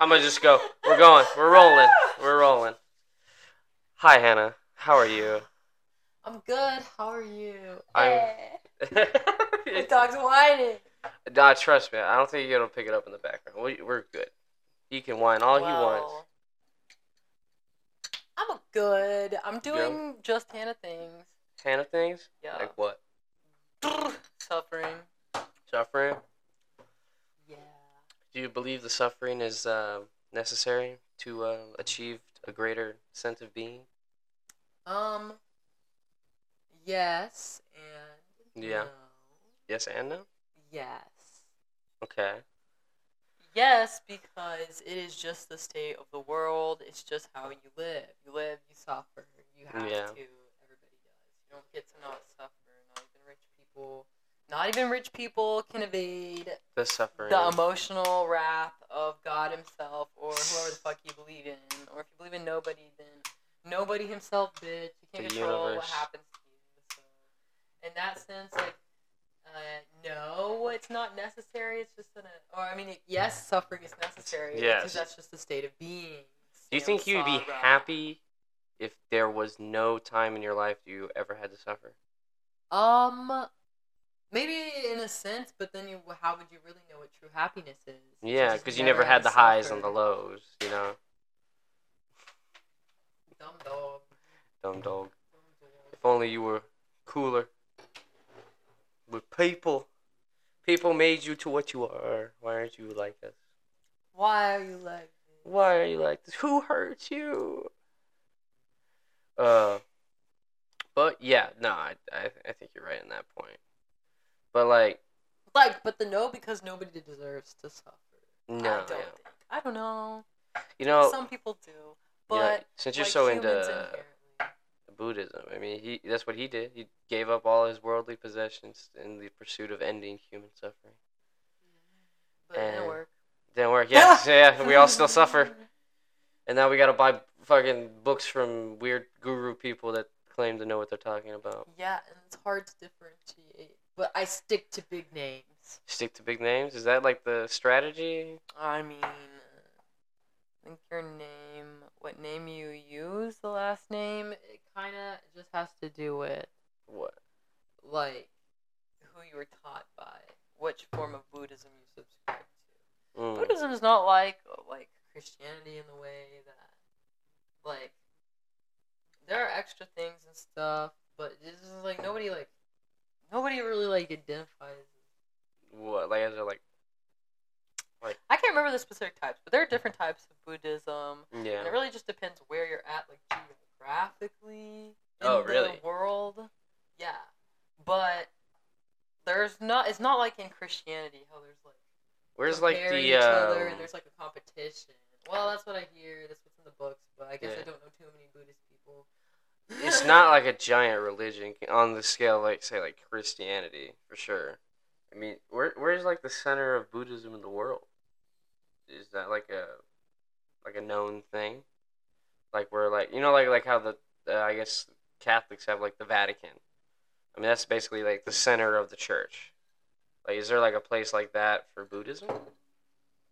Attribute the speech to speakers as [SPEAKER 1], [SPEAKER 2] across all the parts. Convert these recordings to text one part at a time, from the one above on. [SPEAKER 1] I'm gonna just go. We're going. We're rolling. We're rolling. Hi, Hannah. How are you?
[SPEAKER 2] I'm good. How are you?
[SPEAKER 1] I'm-
[SPEAKER 2] Eh. The dog's whining.
[SPEAKER 1] nah, trust me. I don't think you're gonna pick it up in the background. We, we're good. He can whine all he wants.
[SPEAKER 2] Well, I'm a good. I'm doing just Hannah things.
[SPEAKER 1] Hannah things
[SPEAKER 2] Yeah.
[SPEAKER 1] like what?
[SPEAKER 2] Suffering.
[SPEAKER 1] Suffering?
[SPEAKER 2] Yeah.
[SPEAKER 1] Do you believe the suffering is um necessary to uh, achieve a greater sense of being?
[SPEAKER 2] Um. Yes and
[SPEAKER 1] Yeah.
[SPEAKER 2] no.
[SPEAKER 1] Yes and no.
[SPEAKER 2] Yes.
[SPEAKER 1] Okay.
[SPEAKER 2] Yes, because it is just the state of the world. It's just how you live. You live, you suffer. You have
[SPEAKER 1] Yeah.
[SPEAKER 2] to. Everybody does. You don't get to not suffer. Not even rich people. Not even rich people can evade
[SPEAKER 1] The suffering.
[SPEAKER 2] the emotional wrath of God Himself or whoever the fuck you believe in. Or if you believe in nobody, then nobody Himself, bitch. You can't
[SPEAKER 1] The
[SPEAKER 2] control
[SPEAKER 1] universe.
[SPEAKER 2] what happens to you. So, in that sense, like, uh, no, it's not necessary. It's just an, or I mean, yes, suffering is necessary.
[SPEAKER 1] Yes.
[SPEAKER 2] Because that's just the state of being.
[SPEAKER 1] Do you think you'd be
[SPEAKER 2] Samsara.
[SPEAKER 1] happy if there was no time in your life you ever had to suffer?
[SPEAKER 2] Um, maybe in a sense, but then you, how would you really know what true happiness is? if
[SPEAKER 1] Yeah,
[SPEAKER 2] just
[SPEAKER 1] because you never had
[SPEAKER 2] to
[SPEAKER 1] the highs and
[SPEAKER 2] suffer?
[SPEAKER 1] the lows, you know?
[SPEAKER 2] Dumb dog.
[SPEAKER 1] Dumb dog.
[SPEAKER 2] Dumb dog.
[SPEAKER 1] If only you were cooler. But people, people made you to what you are. Why aren't you like us?
[SPEAKER 2] Why are you like this?
[SPEAKER 1] Why are you like this? Who hurt you? Uh, but yeah, no, I, I, I think you're right in that point. But like,
[SPEAKER 2] Like, but the no because nobody deserves to suffer.
[SPEAKER 1] no,
[SPEAKER 2] I don't
[SPEAKER 1] yeah. Oh.
[SPEAKER 2] think. I don't know.
[SPEAKER 1] you know,
[SPEAKER 2] Some people do,
[SPEAKER 1] you
[SPEAKER 2] but
[SPEAKER 1] know, since you're
[SPEAKER 2] like
[SPEAKER 1] so
[SPEAKER 2] humans
[SPEAKER 1] into
[SPEAKER 2] inherently-
[SPEAKER 1] Buddhism, I mean, he that's what he did. He gave up all his worldly possessions in the pursuit of ending human suffering.
[SPEAKER 2] but it didn't
[SPEAKER 1] and-
[SPEAKER 2] work.
[SPEAKER 1] Didn't work. Yeah, yeah, we all still suffer. And now we gotta buy fucking books from weird guru people that claim to know what they're talking about.
[SPEAKER 2] Yeah, and it's hard to differentiate. But I stick to big names.
[SPEAKER 1] Stick to big names? Is that like the strategy?
[SPEAKER 2] I mean, I think your name, what name you use, the last name, it kind of just has to do with
[SPEAKER 1] What?
[SPEAKER 2] like who you were taught by, which form of Buddhism you subscribe to.
[SPEAKER 1] Mm.
[SPEAKER 2] Buddhism is not like like Christianity in the way that like there are extra things and stuff, but this is like nobody like nobody really like identifies.
[SPEAKER 1] What? Like, is it like,
[SPEAKER 2] I can't remember the specific types, but there are different types of Buddhism, and it
[SPEAKER 1] yeah.
[SPEAKER 2] really just depends where you're at, like geographically. In
[SPEAKER 1] Oh, really?
[SPEAKER 2] The world, yeah, but there's not. It's not like in Christianity how there's like
[SPEAKER 1] Where's like
[SPEAKER 2] comparing
[SPEAKER 1] the,
[SPEAKER 2] each other
[SPEAKER 1] um,
[SPEAKER 2] and there's like a competition. Well, that's what I hear. That's what's in the books, but I guess
[SPEAKER 1] Yeah.
[SPEAKER 2] I don't know too many Buddhist people.
[SPEAKER 1] it's not like a giant religion on the scale, like, say, like Christianity, for sure. I mean, where where's like the center of Buddhism in the world? Is that like a, like a known thing? Like, where, like, you know, like, like how the, uh, I guess, Catholics have like the Vatican. I mean, that's basically like the center of the church. Like, is there like a place like that for Buddhism?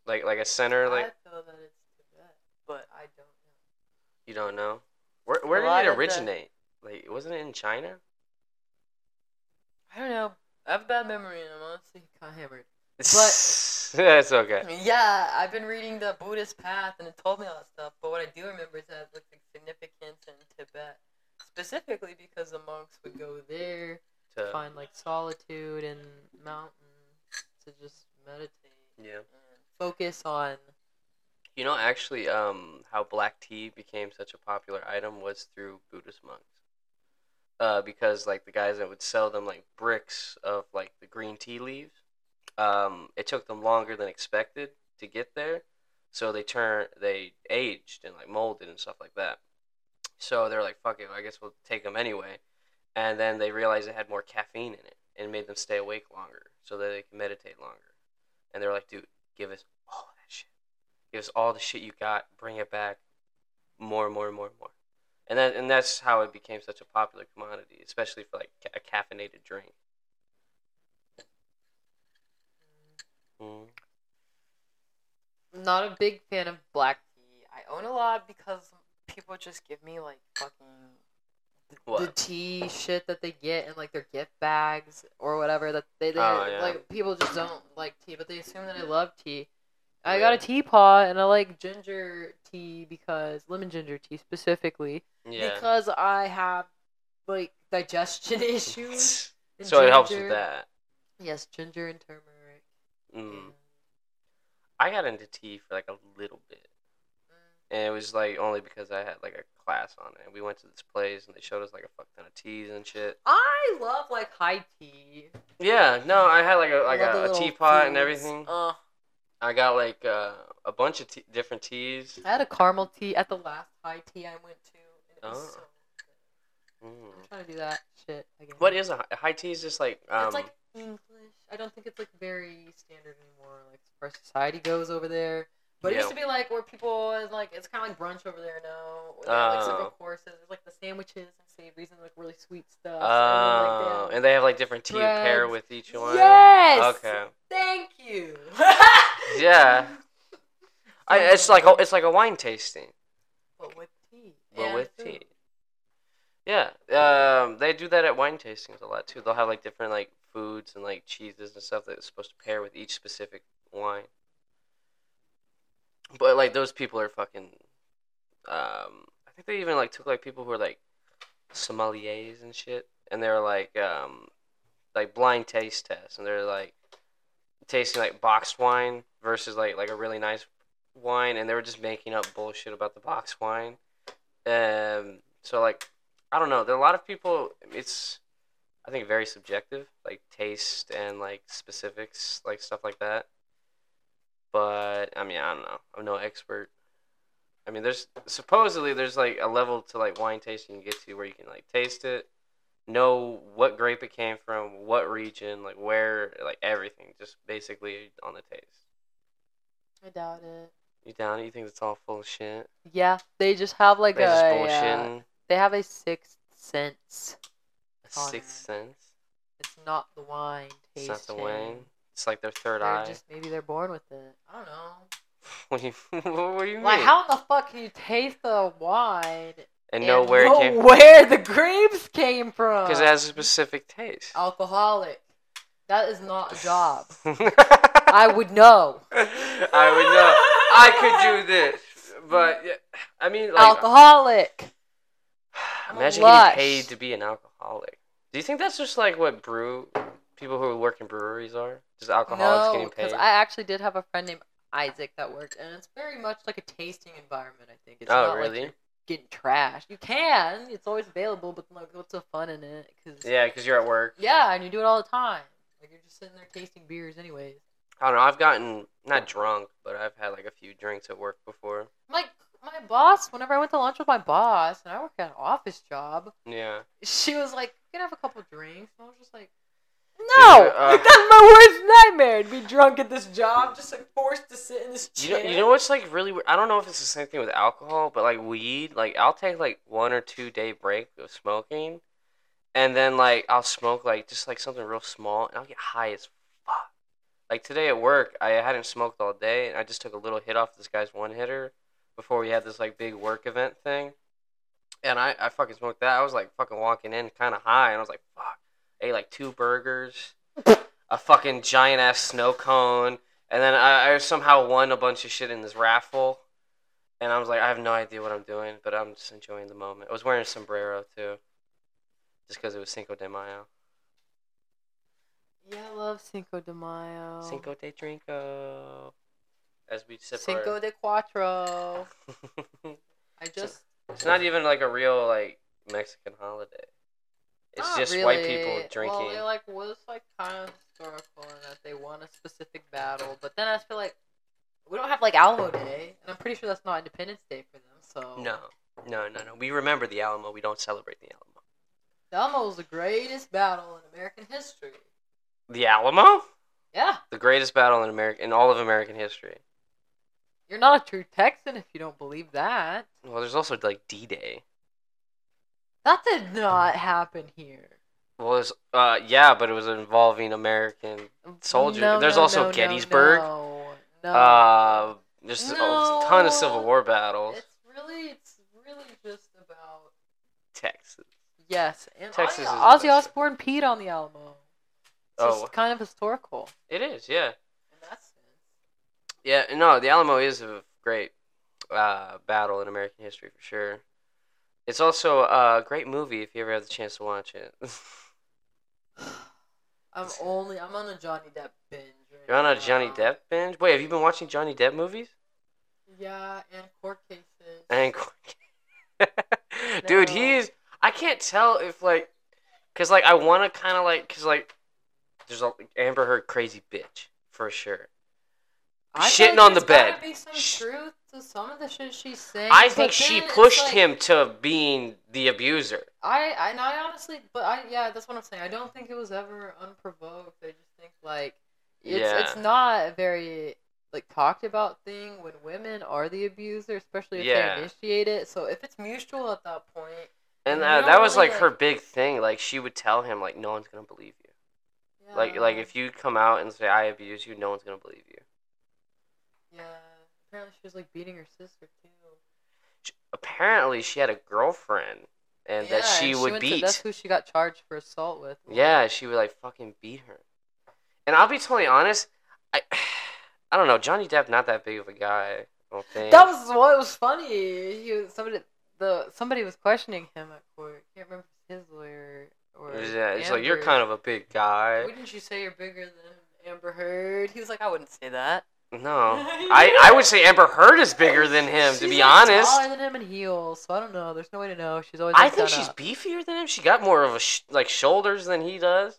[SPEAKER 1] Like, like a center, like,
[SPEAKER 2] I feel that it's Tibet, but I don't know.
[SPEAKER 1] You don't know? Where where
[SPEAKER 2] lot
[SPEAKER 1] did it
[SPEAKER 2] of the-
[SPEAKER 1] originate? Like wasn't it in China?
[SPEAKER 2] I don't know. I have a bad memory, and I'm honestly kind of hammered.
[SPEAKER 1] it's okay.
[SPEAKER 2] Yeah, I've been reading the Buddhist Path, and it told me all that stuff. But what I do remember is that it looked like significance in Tibet, specifically because the monks would go there,
[SPEAKER 1] To-
[SPEAKER 2] find like solitude and mountains to just meditate
[SPEAKER 1] yeah.
[SPEAKER 2] and focus on
[SPEAKER 1] You know actually um how black tea became such a popular item was through Buddhist monks. Uh because like the guys that would sell them like bricks of like the green tea leaves. Um it took them longer than expected to get there. So they turned they aged and like molded and stuff like that. So they're like, fuck it, I guess we'll take them anyway. And then they realized it had more caffeine in it and it made them stay awake longer so that they could meditate longer. And they're like, dude, give us all that shit. Give us all the shit you got, bring it back more and more and more and more. And that and that's how it became such a popular commodity, especially for like ca- a caffeinated drink. Mm-hmm. Mm.
[SPEAKER 2] not a big fan of black tea. I own a lot because people just give me like fucking the
[SPEAKER 1] What?
[SPEAKER 2] tea shit that they get in like their gift bags or whatever that they, they
[SPEAKER 1] Oh, yeah.
[SPEAKER 2] like people just don't like tea, but they assume that I love tea. I
[SPEAKER 1] Yeah.
[SPEAKER 2] got a teapot and I like ginger tea because lemon ginger tea specifically
[SPEAKER 1] Yeah.
[SPEAKER 2] because I have like digestion issues. and
[SPEAKER 1] so it helps with
[SPEAKER 2] ginger-
[SPEAKER 1] that.
[SPEAKER 2] Yes, ginger and turmeric.
[SPEAKER 1] Mm.
[SPEAKER 2] and-
[SPEAKER 1] I got into tea for like a little bit.
[SPEAKER 2] uh,
[SPEAKER 1] And it was like only because I had like a class on it. We went to this place and they showed us like a fuck ton of teas and shit.
[SPEAKER 2] I love like high tea.
[SPEAKER 1] Yeah, no, I had like a
[SPEAKER 2] I
[SPEAKER 1] like
[SPEAKER 2] love the
[SPEAKER 1] a, a
[SPEAKER 2] little
[SPEAKER 1] teapot and
[SPEAKER 2] foods.
[SPEAKER 1] everything.
[SPEAKER 2] Ugh.
[SPEAKER 1] I got like uh, a bunch of te- different teas.
[SPEAKER 2] I had a caramel tea at the last high tea I went to. And it was
[SPEAKER 1] Oh.
[SPEAKER 2] so good.
[SPEAKER 1] Mm.
[SPEAKER 2] I'm trying to do that shit again.
[SPEAKER 1] What is a hi- high tea? Is just like um,
[SPEAKER 2] it's like English. I don't think it's like very standard anymore, like as far as society goes over there. But it
[SPEAKER 1] Yeah.
[SPEAKER 2] used to be like where people is like it's kind of like brunch over there now. Where they have, like
[SPEAKER 1] Oh.
[SPEAKER 2] several courses. There's like the sandwiches and savories and like really sweet stuff.
[SPEAKER 1] oh,
[SPEAKER 2] and,
[SPEAKER 1] and they have like different tea to pair
[SPEAKER 2] breads.
[SPEAKER 1] with each
[SPEAKER 2] then, like,
[SPEAKER 1] one.
[SPEAKER 2] that. yes.
[SPEAKER 1] Okay.
[SPEAKER 2] Thank you.
[SPEAKER 1] Yeah. I, it's like a, it's like a wine tasting,
[SPEAKER 2] But with tea.
[SPEAKER 1] but
[SPEAKER 2] and
[SPEAKER 1] with
[SPEAKER 2] food.
[SPEAKER 1] tea. Yeah, um, they do that at wine tastings a lot too. They'll have like different like foods and like cheeses and stuff that's supposed to pair with each specific wine. But like those people are fucking. Um, I think they even like took like people who are like sommeliers and shit, and they were like um, like blind taste tests, and they're like tasting like boxed wine versus like like a really nice wine, and they were just making up bullshit about the boxed wine. Um, so like I don't know. There are a lot of people. It's I think very subjective, like taste and like specifics, like stuff like that. But I mean, I don't know. I'm no expert. I mean, there's supposedly there's like a level to like wine tasting you get to where you can like taste it, know what grape it came from, what region, like where, like everything, just basically on the taste.
[SPEAKER 2] I doubt it.
[SPEAKER 1] You down? it? You think it's all full of shit?
[SPEAKER 2] Yeah, they just have like
[SPEAKER 1] They
[SPEAKER 2] a
[SPEAKER 1] just
[SPEAKER 2] uh,
[SPEAKER 1] bullshitting.
[SPEAKER 2] they have a sixth sense. on
[SPEAKER 1] Sixth
[SPEAKER 2] it.
[SPEAKER 1] sense.
[SPEAKER 2] It's not the wine
[SPEAKER 1] It's
[SPEAKER 2] tasting.
[SPEAKER 1] not the wine. It's like their 3rd
[SPEAKER 2] They're
[SPEAKER 1] eye.
[SPEAKER 2] just maybe they're born with it. I don't know.
[SPEAKER 1] what do you, what do you mean?
[SPEAKER 2] Like how in the fuck can you taste the wine
[SPEAKER 1] and know where it
[SPEAKER 2] know
[SPEAKER 1] came from
[SPEAKER 2] where the grapes came from?
[SPEAKER 1] because it has a specific taste.
[SPEAKER 2] alcoholic. That is not a job.
[SPEAKER 1] I,
[SPEAKER 2] I would know.
[SPEAKER 1] would know. I could do this, but yeah, I mean, like,
[SPEAKER 2] alcoholic. I'm a
[SPEAKER 1] imagine
[SPEAKER 2] lush.
[SPEAKER 1] getting paid to be an alcoholic. Do you think that's just like what brew people who work in breweries are? Just alcoholics
[SPEAKER 2] No,
[SPEAKER 1] getting
[SPEAKER 2] because
[SPEAKER 1] paid.
[SPEAKER 2] I actually did have a friend named Isaac that worked, and it's very much like a tasting environment. I think it's
[SPEAKER 1] oh,
[SPEAKER 2] not like
[SPEAKER 1] really?
[SPEAKER 2] you're getting trashed. You can, it's always available, but like, what's the fun in it? Cause
[SPEAKER 1] Yeah, because you're at work.
[SPEAKER 2] yeah, and you do it all the time. Like you're just sitting there tasting beers, anyways.
[SPEAKER 1] I don't know. I've gotten not drunk, but I've had like a few drinks at work before.
[SPEAKER 2] My my boss, whenever I went to lunch with my boss, and I work at an office job,
[SPEAKER 1] Yeah.
[SPEAKER 2] she was like, "You can have a couple drinks," and I was just like.
[SPEAKER 1] No!
[SPEAKER 2] No,
[SPEAKER 1] Dude, uh, Like,
[SPEAKER 2] that's my worst nightmare. To be drunk at this job, just like forced to sit in this
[SPEAKER 1] You
[SPEAKER 2] chair.
[SPEAKER 1] know, you know what's like really weird? I don't know if it's the same thing with alcohol, but like weed, like I'll take like one or two day break of smoking, and then like I'll smoke like just like something real small, and I'll get high as fuck. Like today at work, I hadn't smoked all day, and I just took a little hit off this guy's one hitter before we had this like big work event thing, and I I fucking smoked that. I was like fucking walking in kind of high, and I was like fuck. ate like two burgers, a fucking giant ass snow cone. And then I, I somehow won a bunch of shit in this raffle. And I was like, I have no idea what I'm doing, but I'm just enjoying the moment. I was wearing a sombrero too, just because it was Cinco de Mayo.
[SPEAKER 2] Yeah, I love Cinco de Mayo.
[SPEAKER 1] Cinco de Drinko. As we sip
[SPEAKER 2] Cinco
[SPEAKER 1] our-
[SPEAKER 2] de Cuatro. I just
[SPEAKER 1] it's not even like a real like Mexican holiday. It's
[SPEAKER 2] not
[SPEAKER 1] just white
[SPEAKER 2] really.
[SPEAKER 1] people drinking.
[SPEAKER 2] Well, they like was like kind of historical in that they won a specific battle, but then I feel like we don't have like Alamo Day, and I'm pretty sure that's not Independence Day for them. So
[SPEAKER 1] no, no, no, no. We remember the Alamo. We don't celebrate the Alamo.
[SPEAKER 2] the Alamo was the greatest battle in American history.
[SPEAKER 1] The Alamo,
[SPEAKER 2] Yeah,
[SPEAKER 1] the greatest battle in America in all of American history.
[SPEAKER 2] you're not a true Texan if you don't believe that.
[SPEAKER 1] Well, there's also like D-Day.
[SPEAKER 2] That did not happen here.
[SPEAKER 1] was uh yeah, but it was involving American soldiers.
[SPEAKER 2] No,
[SPEAKER 1] There's
[SPEAKER 2] no,
[SPEAKER 1] also
[SPEAKER 2] no, no,
[SPEAKER 1] Gettysburg.
[SPEAKER 2] No, no.
[SPEAKER 1] uh There's
[SPEAKER 2] Oh. No.
[SPEAKER 1] a ton of Civil War battles.
[SPEAKER 2] It's really, it's really just about
[SPEAKER 1] Texas.
[SPEAKER 2] yes. And
[SPEAKER 1] Texas is the
[SPEAKER 2] Ozzy, Ozzy
[SPEAKER 1] best.
[SPEAKER 2] Osbourne peed on the Alamo. So
[SPEAKER 1] Oh.
[SPEAKER 2] it's kind of historical.
[SPEAKER 1] It is, yeah.
[SPEAKER 2] In that sense.
[SPEAKER 1] Yeah, no, the Alamo is a great uh, battle in American history for sure. It's also a great movie if you ever have the chance to watch it.
[SPEAKER 2] I'm only I'm on a Johnny Depp binge. Right
[SPEAKER 1] You're on a
[SPEAKER 2] now.
[SPEAKER 1] Johnny Depp binge? Wait, have you been watching Johnny Depp movies?
[SPEAKER 2] Yeah, and court cases.
[SPEAKER 1] And dude,
[SPEAKER 2] No.
[SPEAKER 1] he's I can't tell if like, cause like I want to kind of like, cause like, there's a Amber Heard crazy bitch for sure.
[SPEAKER 2] I
[SPEAKER 1] shitting
[SPEAKER 2] feel like
[SPEAKER 1] on the
[SPEAKER 2] there's gotta
[SPEAKER 1] bed.
[SPEAKER 2] Be some
[SPEAKER 1] Shh.
[SPEAKER 2] truth to some of the shit she's saying.
[SPEAKER 1] I
[SPEAKER 2] but
[SPEAKER 1] think she
[SPEAKER 2] then it's
[SPEAKER 1] pushed
[SPEAKER 2] like-
[SPEAKER 1] him to being the abuser.
[SPEAKER 2] I I, and I honestly, but I yeah, that's what I'm saying. I don't think it was ever unprovoked. I just think like it's it's
[SPEAKER 1] Yeah.
[SPEAKER 2] not a very like talked about thing when women are the abuser, especially if
[SPEAKER 1] Yeah.
[SPEAKER 2] they initiate it. So if it's mutual at that point,
[SPEAKER 1] And
[SPEAKER 2] You
[SPEAKER 1] that,
[SPEAKER 2] don't
[SPEAKER 1] that was
[SPEAKER 2] really,
[SPEAKER 1] like her
[SPEAKER 2] like-
[SPEAKER 1] big thing. Like she would tell him like no one's gonna believe you.
[SPEAKER 2] yeah,
[SPEAKER 1] Like like if you come out and say I abuse you, no one's gonna believe you.
[SPEAKER 2] yeah, apparently she was like beating her sister too.
[SPEAKER 1] Sh apparently she had a girlfriend and that
[SPEAKER 2] Yeah,
[SPEAKER 1] she would
[SPEAKER 2] went to-
[SPEAKER 1] beat.
[SPEAKER 2] that's who she got charged for assault with.
[SPEAKER 1] Yeah, she would like fucking beat her. And I'll be totally honest, I I don't know, Johnny Depp not that big of a guy, I don't think.
[SPEAKER 2] That was what was funny. He was, somebody the somebody was questioning him at court. I can't remember if it was his lawyer or
[SPEAKER 1] yeah, uh, it's like you're
[SPEAKER 2] Amber's.
[SPEAKER 1] kind of a big guy.
[SPEAKER 2] Wouldn't you say you're bigger than Amber Heard? He was like, I wouldn't say that.
[SPEAKER 1] No. Oh. I, I would say Amber Heard is bigger than him, to
[SPEAKER 2] She's,
[SPEAKER 1] be
[SPEAKER 2] like,
[SPEAKER 1] honest.
[SPEAKER 2] taller than him in heels, so I don't know. There's no way to know. She's always.
[SPEAKER 1] I
[SPEAKER 2] like,
[SPEAKER 1] think
[SPEAKER 2] done
[SPEAKER 1] she's
[SPEAKER 2] up.
[SPEAKER 1] beefier than him. She got more of a sh- like shoulders than he does.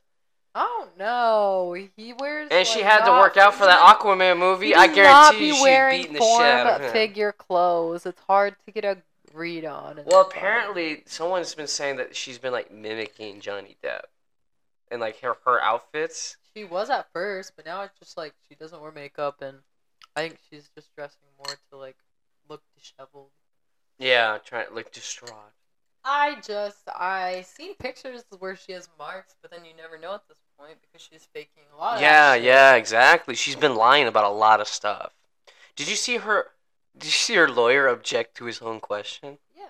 [SPEAKER 2] I don't know. He wears.
[SPEAKER 1] And she
[SPEAKER 2] like,
[SPEAKER 1] had to
[SPEAKER 2] not-
[SPEAKER 1] work out for that
[SPEAKER 2] he
[SPEAKER 1] Aquaman movie.
[SPEAKER 2] does
[SPEAKER 1] I
[SPEAKER 2] not
[SPEAKER 1] guarantee
[SPEAKER 2] be
[SPEAKER 1] you she's
[SPEAKER 2] wearing
[SPEAKER 1] beating the shit
[SPEAKER 2] form
[SPEAKER 1] out of him.
[SPEAKER 2] figure clothes. It's hard to get a read on.
[SPEAKER 1] Well,
[SPEAKER 2] in that photo.
[SPEAKER 1] apparently someone's been saying that she's been like mimicking Johnny Depp, and like her her outfits.
[SPEAKER 2] she was at first, but now it's just like she doesn't wear makeup, and I think she's just dressing more to like look disheveled.
[SPEAKER 1] Yeah, trying like distraught.
[SPEAKER 2] I just I seen pictures where she has marks, but then you never know at this point because she's faking a lot. Of
[SPEAKER 1] yeah,
[SPEAKER 2] that shit.
[SPEAKER 1] yeah, exactly. She's been lying about a lot of stuff. Did you see her? Did you see her lawyer object to his own question?
[SPEAKER 2] yeah.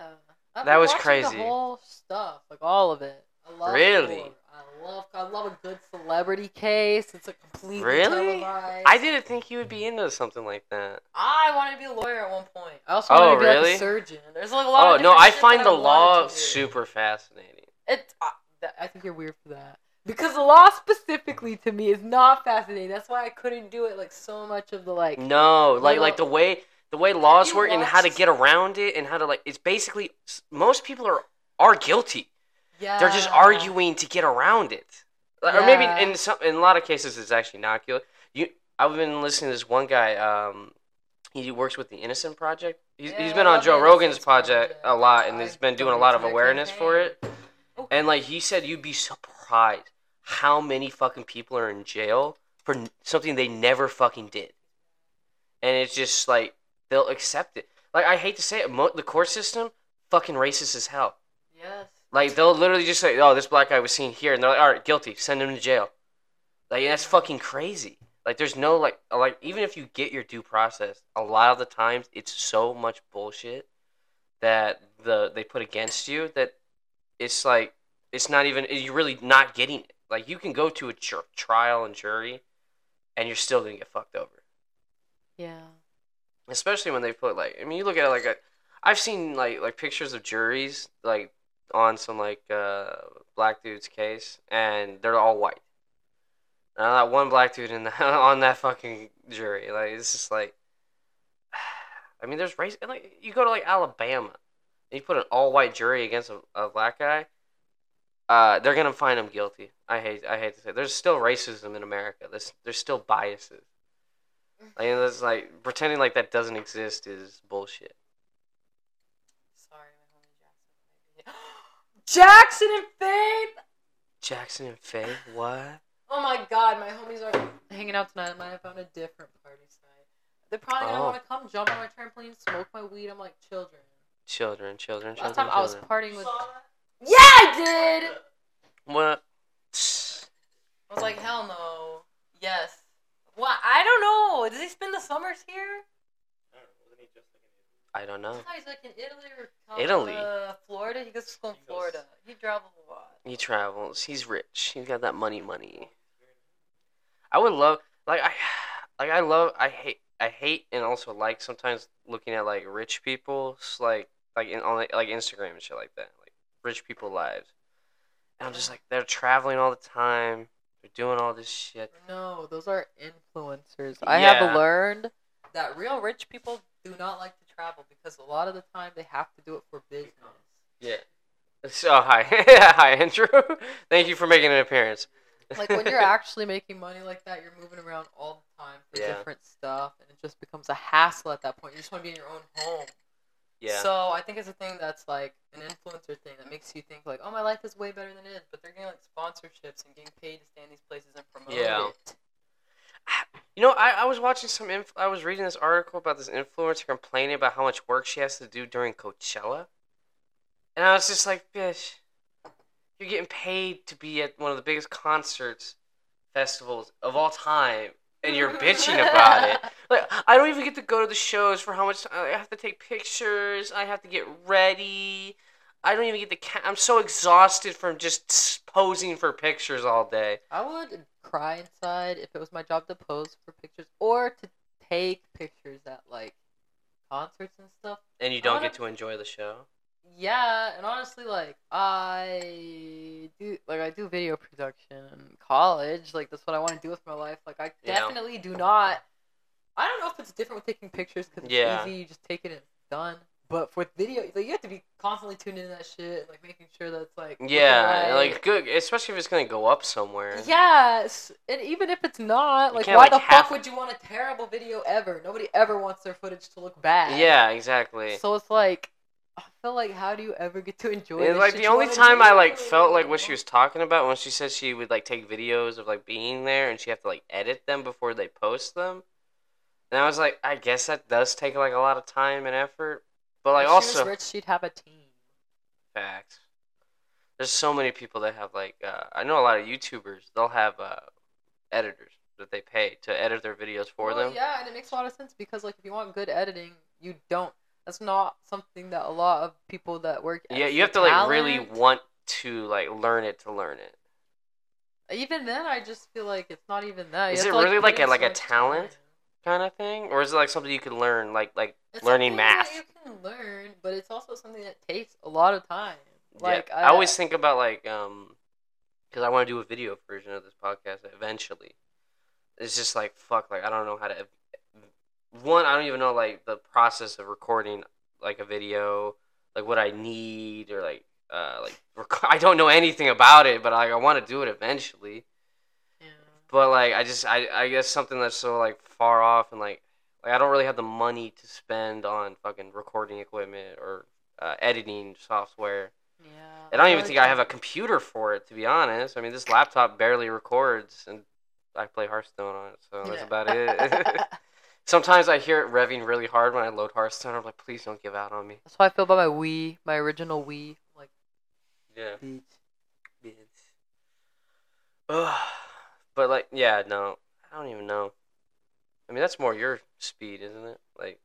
[SPEAKER 2] I've
[SPEAKER 1] That
[SPEAKER 2] been
[SPEAKER 1] was
[SPEAKER 2] watching
[SPEAKER 1] crazy.
[SPEAKER 2] The whole stuff, like all of it. I love
[SPEAKER 1] Really?
[SPEAKER 2] court. I love I love a good celebrity case. It's a completely
[SPEAKER 1] Really?
[SPEAKER 2] televised.
[SPEAKER 1] I didn't think you would be into something like that.
[SPEAKER 2] I wanted to be a lawyer at one point. I also
[SPEAKER 1] Oh,
[SPEAKER 2] wanted to be like
[SPEAKER 1] really?
[SPEAKER 2] a surgeon. There's like a lot.
[SPEAKER 1] Oh
[SPEAKER 2] of
[SPEAKER 1] no,
[SPEAKER 2] different
[SPEAKER 1] I
[SPEAKER 2] shit
[SPEAKER 1] find
[SPEAKER 2] that
[SPEAKER 1] the
[SPEAKER 2] wanted
[SPEAKER 1] law
[SPEAKER 2] to do.
[SPEAKER 1] super fascinating.
[SPEAKER 2] It, I, that, I think you're weird for that. Because the law specifically to me is not fascinating. That's why I couldn't do it like so much of the like.
[SPEAKER 1] No, like like the
[SPEAKER 2] Well-
[SPEAKER 1] way the way laws
[SPEAKER 2] You
[SPEAKER 1] work and how to
[SPEAKER 2] watched-
[SPEAKER 1] get around it and how to like it's basically s- most people are are guilty.
[SPEAKER 2] Yeah.
[SPEAKER 1] They're just arguing to get around it. Like, Or maybe
[SPEAKER 2] Yeah.
[SPEAKER 1] in some in a lot of cases it's actually not guilty. You I've been listening to this one guy um he works with the Innocent Project. He's, he's
[SPEAKER 2] Yeah,
[SPEAKER 1] been
[SPEAKER 2] I
[SPEAKER 1] on
[SPEAKER 2] love
[SPEAKER 1] Joe
[SPEAKER 2] the
[SPEAKER 1] Rogan's
[SPEAKER 2] Innocence
[SPEAKER 1] project
[SPEAKER 2] Project.
[SPEAKER 1] a lot and
[SPEAKER 2] I
[SPEAKER 1] he's been doing
[SPEAKER 2] love
[SPEAKER 1] a lot of
[SPEAKER 2] their
[SPEAKER 1] awareness for
[SPEAKER 2] campaign.
[SPEAKER 1] it. And like he said you'd be surprised how many fucking people are in jail for n- something they never fucking did. And it's just like they'll accept it. Like I hate to say it, mo- the court system fucking racist as hell.
[SPEAKER 2] Yes.
[SPEAKER 1] Like they'll literally just say, "Oh, this black guy was seen here," and they're like, "All right, guilty. Send him to jail." Like that's fucking crazy. Like there's no like uh, like even if you get your due process, a lot of the times it's so much bullshit that the they put against you that it's like it's not even you're really not getting it. Like you can go to a jur- trial and jury, and you're still gonna get fucked over
[SPEAKER 2] Yeah.
[SPEAKER 1] especially when they put like I mean you look at it like a, I've seen like like pictures of juries like on some like uh black dude's case and they're all white. And that one black dude in the, on that fucking jury like it's just like I mean there's race and like you go to like Alabama and you put an all white jury against a, a black guy uh, they're gonna find him guilty. I hate, I hate to say, it. there's still racism in America. There's, there's still biases. Like, and that's like pretending like that doesn't exist is bullshit.
[SPEAKER 2] Sorry, my homie Jackson. Jackson and Faith.
[SPEAKER 1] Jackson and Faye, what?
[SPEAKER 2] Oh my God, my homies are hanging out tonight. I might have found a different party site. They're probably gonna
[SPEAKER 1] Oh.
[SPEAKER 2] want to come jump on my trampoline, smoke my weed. I'm like children.
[SPEAKER 1] Children, children, children.
[SPEAKER 2] Last time I was
[SPEAKER 1] children.
[SPEAKER 2] partying with. Yeah, I did.
[SPEAKER 1] What?
[SPEAKER 2] I was like, hell no. Yes. What? I don't know. Does he spend the summers here?
[SPEAKER 1] I don't know.
[SPEAKER 2] He's like in Italy or
[SPEAKER 1] Italy.
[SPEAKER 2] uh, Florida. He goes to school in
[SPEAKER 3] He goes-
[SPEAKER 2] Florida. He travels a lot.
[SPEAKER 1] He travels. He's rich. He's got that money, money. I would love, like I, like I love, I hate, I hate, and also like sometimes looking at like rich people's like like in on like, like Instagram and shit like that, like rich people lives, and I'm just like they're traveling all the time. They're doing all this shit.
[SPEAKER 2] No, those are influencers. I have
[SPEAKER 1] Yeah.
[SPEAKER 2] learned that real rich people do not like to travel because a lot of the time they have to do it for business.
[SPEAKER 1] Yeah. So hi, hi Andrew. Thank you for making an appearance.
[SPEAKER 2] Like when you're actually making money like that, you're moving around all the time for
[SPEAKER 1] Yeah.
[SPEAKER 2] different stuff, and it just becomes a hassle at that point. You just want to be in your own home.
[SPEAKER 1] yeah.
[SPEAKER 2] So I think it's a thing that's like an influencer thing that makes you think like, oh, my life is way better than it is, but they're getting like sponsorships and getting paid to stay in these places and promote
[SPEAKER 1] Yeah.
[SPEAKER 2] it.
[SPEAKER 1] You know, I, I was watching some. Inf- I was reading this article about this influencer complaining about how much work she has to do during Coachella, and I was just like, "Bitch, you're getting paid to be at one of the biggest concerts, festivals of all time, and you're bitching about it. Like, I don't even get to go to the shows for how much time I have to take pictures. I have to get ready. I don't even get to. Ca- I'm so exhausted from just posing for pictures all day.
[SPEAKER 2] I would cry inside if it was my job to pose for pictures or to take pictures at like concerts and stuff.
[SPEAKER 1] And you
[SPEAKER 2] I
[SPEAKER 1] don't
[SPEAKER 2] wanna-
[SPEAKER 1] get to enjoy the show.
[SPEAKER 2] Yeah, and honestly, like I do, like I do video production in college. Like that's what I want to do with my life. Like I
[SPEAKER 1] Yeah.
[SPEAKER 2] definitely do not. I don't know if it's different with taking pictures because it's
[SPEAKER 1] Yeah.
[SPEAKER 2] easy. You just take it and it's done. But for video, like you have to be constantly tuned into that shit, and, like making sure that's like looking
[SPEAKER 1] Yeah,
[SPEAKER 2] right.
[SPEAKER 1] like good, especially if it's gonna go up somewhere.
[SPEAKER 2] Yes, and even if it's not,
[SPEAKER 1] You
[SPEAKER 2] like, why
[SPEAKER 1] can't, like,
[SPEAKER 2] the
[SPEAKER 1] half-
[SPEAKER 2] fuck would you want a terrible video ever? Nobody ever wants their footage to look bad.
[SPEAKER 1] Yeah, exactly.
[SPEAKER 2] So it's like, I feel like, how do you ever get to enjoy?
[SPEAKER 1] And,
[SPEAKER 2] this
[SPEAKER 1] like
[SPEAKER 2] shit
[SPEAKER 1] the
[SPEAKER 2] you
[SPEAKER 1] only
[SPEAKER 2] wanna
[SPEAKER 1] time I like
[SPEAKER 2] do?
[SPEAKER 1] felt like what she was talking about when she said she would like take videos of like being there and she have to like edit them before they post them. And I was like, I guess that does take like a lot of time and effort, but like
[SPEAKER 2] If she
[SPEAKER 1] also
[SPEAKER 2] was rich, she'd have a team.
[SPEAKER 1] facts. There's so many people that have like uh, I know a lot of YouTubers. They'll have uh, editors that they pay to edit their videos for
[SPEAKER 2] Well,
[SPEAKER 1] them.
[SPEAKER 2] yeah, and it makes a lot of sense because, like, if you want good editing, you don't. That's not something that a lot of people that work. as
[SPEAKER 1] yeah, you
[SPEAKER 2] a
[SPEAKER 1] have to like really
[SPEAKER 2] talent-
[SPEAKER 1] want to like learn it to learn it.
[SPEAKER 2] Even then, I just feel like it's not even that. You
[SPEAKER 1] Is
[SPEAKER 2] have
[SPEAKER 1] it
[SPEAKER 2] to,
[SPEAKER 1] really
[SPEAKER 2] put
[SPEAKER 1] like
[SPEAKER 2] in
[SPEAKER 1] a- like
[SPEAKER 2] so
[SPEAKER 1] a
[SPEAKER 2] much
[SPEAKER 1] talent?
[SPEAKER 2] time.
[SPEAKER 1] kind of thing, or is it like something you could learn, like like
[SPEAKER 2] It's
[SPEAKER 1] learning
[SPEAKER 2] something that
[SPEAKER 1] math?
[SPEAKER 2] you can learn, but it's also something that takes a lot of time.
[SPEAKER 1] Yeah.
[SPEAKER 2] Like uh,
[SPEAKER 1] I, always think about like um, because I want to do a video version of this podcast eventually. It's just like fuck, like I don't know how to. One, I don't even know like the process of recording like a video, like what I need or like uh like rec- I don't know anything about it, but like I want to do it eventually.
[SPEAKER 2] Yeah.
[SPEAKER 1] But like I just I I guess something that's so like far off and like like I don't really have the money to spend on fucking recording equipment or uh, editing software.
[SPEAKER 2] Yeah.
[SPEAKER 1] And I don't even think I have a computer for it to be honest. I mean this laptop barely records and I play Hearthstone on it, so that's
[SPEAKER 2] Yeah.
[SPEAKER 1] about it. Sometimes I hear it revving really hard when I load Hearthstone. I'm like, please don't give out on me.
[SPEAKER 2] That's how I feel about my Wii, my original Wii. Like,
[SPEAKER 1] Yeah.
[SPEAKER 2] bitch.
[SPEAKER 1] but like, yeah, no, I don't even know. I mean, that's more your speed, isn't it? Like,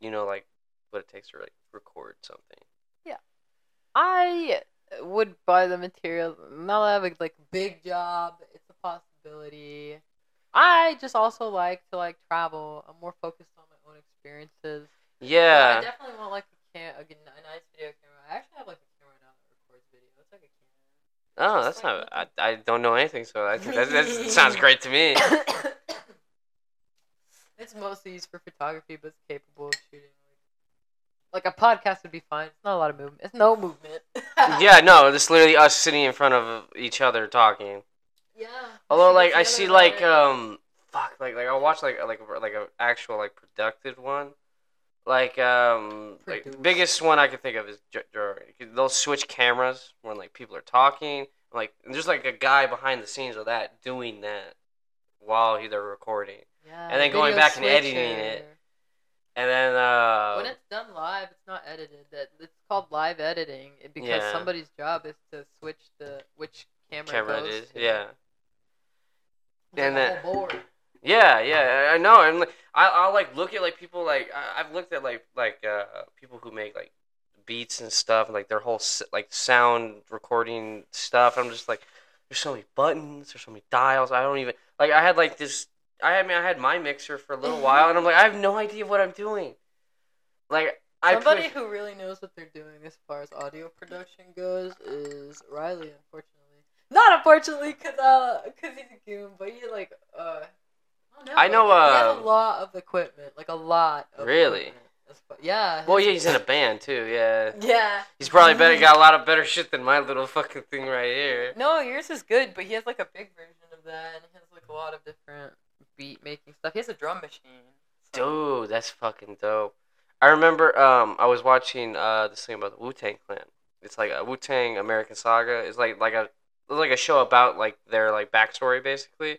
[SPEAKER 1] you know, like what it takes to like record something.
[SPEAKER 2] I would buy the material. Now that I have a like big job, it's a possibility. I just also like to like travel. I'm more focused on my own experiences. I
[SPEAKER 1] Yeah,
[SPEAKER 2] definitely want like a can a, good- a nice video camera. I actually have like a camera now that records video. It's like a camera.
[SPEAKER 1] oh,
[SPEAKER 2] just
[SPEAKER 1] that's
[SPEAKER 2] like
[SPEAKER 1] not. I, I don't know anything, so I think that, that sounds great to me.
[SPEAKER 2] it's mostly used for photography, but it's capable of shooting. Like a podcast would be fine. It's not a lot of movement. It's no movement.
[SPEAKER 1] Yeah, no, it's literally us sitting in front of each other talking.
[SPEAKER 2] Yeah.
[SPEAKER 1] Although,
[SPEAKER 2] Shoot
[SPEAKER 1] like, I
[SPEAKER 2] together
[SPEAKER 1] see,
[SPEAKER 2] about
[SPEAKER 1] like,
[SPEAKER 2] it.
[SPEAKER 1] um, fuck, like, like I watch like like like a actual like productive one, like, um, like the
[SPEAKER 2] Produced.
[SPEAKER 1] biggest one I can think of is J- J- they'll switch cameras when like people are talking, like, and there's like a guy behind the scenes of that doing that while he- they're recording,
[SPEAKER 2] Yeah,
[SPEAKER 1] and then
[SPEAKER 2] the
[SPEAKER 1] going
[SPEAKER 2] video
[SPEAKER 1] back and editing it.
[SPEAKER 2] switcher.
[SPEAKER 1] and then uh,
[SPEAKER 2] When it's done live, it's not edited. That it's called live editing it- because
[SPEAKER 1] Yeah.
[SPEAKER 2] somebody's job is to switch the which camera.
[SPEAKER 1] camera
[SPEAKER 2] it
[SPEAKER 1] it
[SPEAKER 2] goes
[SPEAKER 1] is,
[SPEAKER 2] to.
[SPEAKER 1] yeah,
[SPEAKER 2] It's like
[SPEAKER 1] And
[SPEAKER 2] a
[SPEAKER 1] then-
[SPEAKER 2] whole board.
[SPEAKER 1] Yeah, yeah, I I know. I'm like, I, I'll like look at like people like I, I've looked at like like uh, people who make like beats and stuff, and like their whole s- like sound recording stuff. I'm just like, there's so many buttons, there's so many dials. I don't even like. I had like this. I mean, I had my mixer for a little while, and I'm like, I have no idea what I'm doing. Like I
[SPEAKER 2] Somebody
[SPEAKER 1] put,
[SPEAKER 2] who really knows what they're doing as far as audio production goes is Riley, unfortunately. Not unfortunately, cause uh, cause he's a goon, but he like uh, I don't know.
[SPEAKER 1] I know,
[SPEAKER 2] like, he has a
[SPEAKER 1] uh,
[SPEAKER 2] lot of equipment, like a lot. of
[SPEAKER 1] Really?
[SPEAKER 2] equipment. That's fu- Yeah.
[SPEAKER 1] well,
[SPEAKER 2] his-
[SPEAKER 1] yeah, he's in a band too. Yeah,
[SPEAKER 2] Yeah.
[SPEAKER 1] he's probably
[SPEAKER 2] Mm.
[SPEAKER 1] better got a lot of better shit than my little fucking thing right here.
[SPEAKER 2] No, yours is good, but he has like a big version of that, and he has like a lot of different beat making stuff. He has a drum machine. so-
[SPEAKER 1] Dude, that's fucking dope. I remember um I was watching uh this thing about the Wu Tang Clan. It's like a Wu Tang American Saga. It's like like a it's like a show about like their like backstory basically.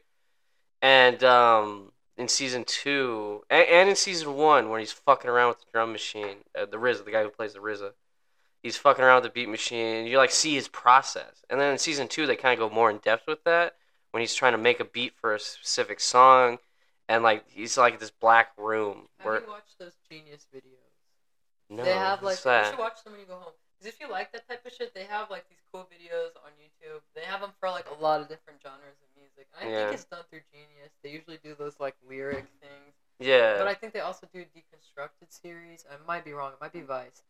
[SPEAKER 1] And um in season two and, and in season one when he's fucking around with the drum machine, uh, the RZA, the guy who plays the RZA, he's fucking around with the beat machine. And you like see his process. And then in season two they kind of go more in depth with that when he's trying to make a beat for a specific song and like he's like this black room where
[SPEAKER 2] Have you watched those genius videos?
[SPEAKER 1] no
[SPEAKER 2] they have like
[SPEAKER 1] what's
[SPEAKER 2] you
[SPEAKER 1] that?
[SPEAKER 2] should watch them when you go home. 'Cause if you like that type of shit, they have like these cool videos on YouTube. They have them for like a lot of different genres of music. I
[SPEAKER 1] Yeah.
[SPEAKER 2] think it's done through Genius. They usually do those like lyric things,
[SPEAKER 1] yeah
[SPEAKER 2] but I think they also do deconstructed series. I might be wrong. It might be Vice.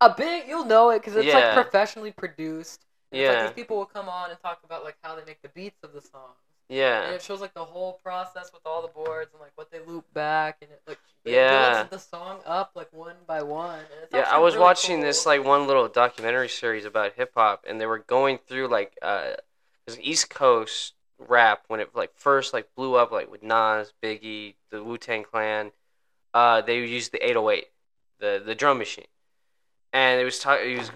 [SPEAKER 2] A bit, you'll know it because it's
[SPEAKER 1] Yeah.
[SPEAKER 2] like professionally produced. It's
[SPEAKER 1] yeah
[SPEAKER 2] like these people will come on and talk about like how they make the beats of the songs. And
[SPEAKER 1] yeah
[SPEAKER 2] it shows like the whole process with all the boards and like what they loop back and it like it
[SPEAKER 1] Yeah.
[SPEAKER 2] builds the song up like one by one. And it's
[SPEAKER 1] yeah i
[SPEAKER 2] actually
[SPEAKER 1] was
[SPEAKER 2] really
[SPEAKER 1] watching
[SPEAKER 2] cool.
[SPEAKER 1] this like one little documentary series about hip-hop and they were going through like uh 'cause east coast rap when it like first like blew up like with nas biggie the wu-tang clan uh they used the 808 the the drum machine and it was talk he was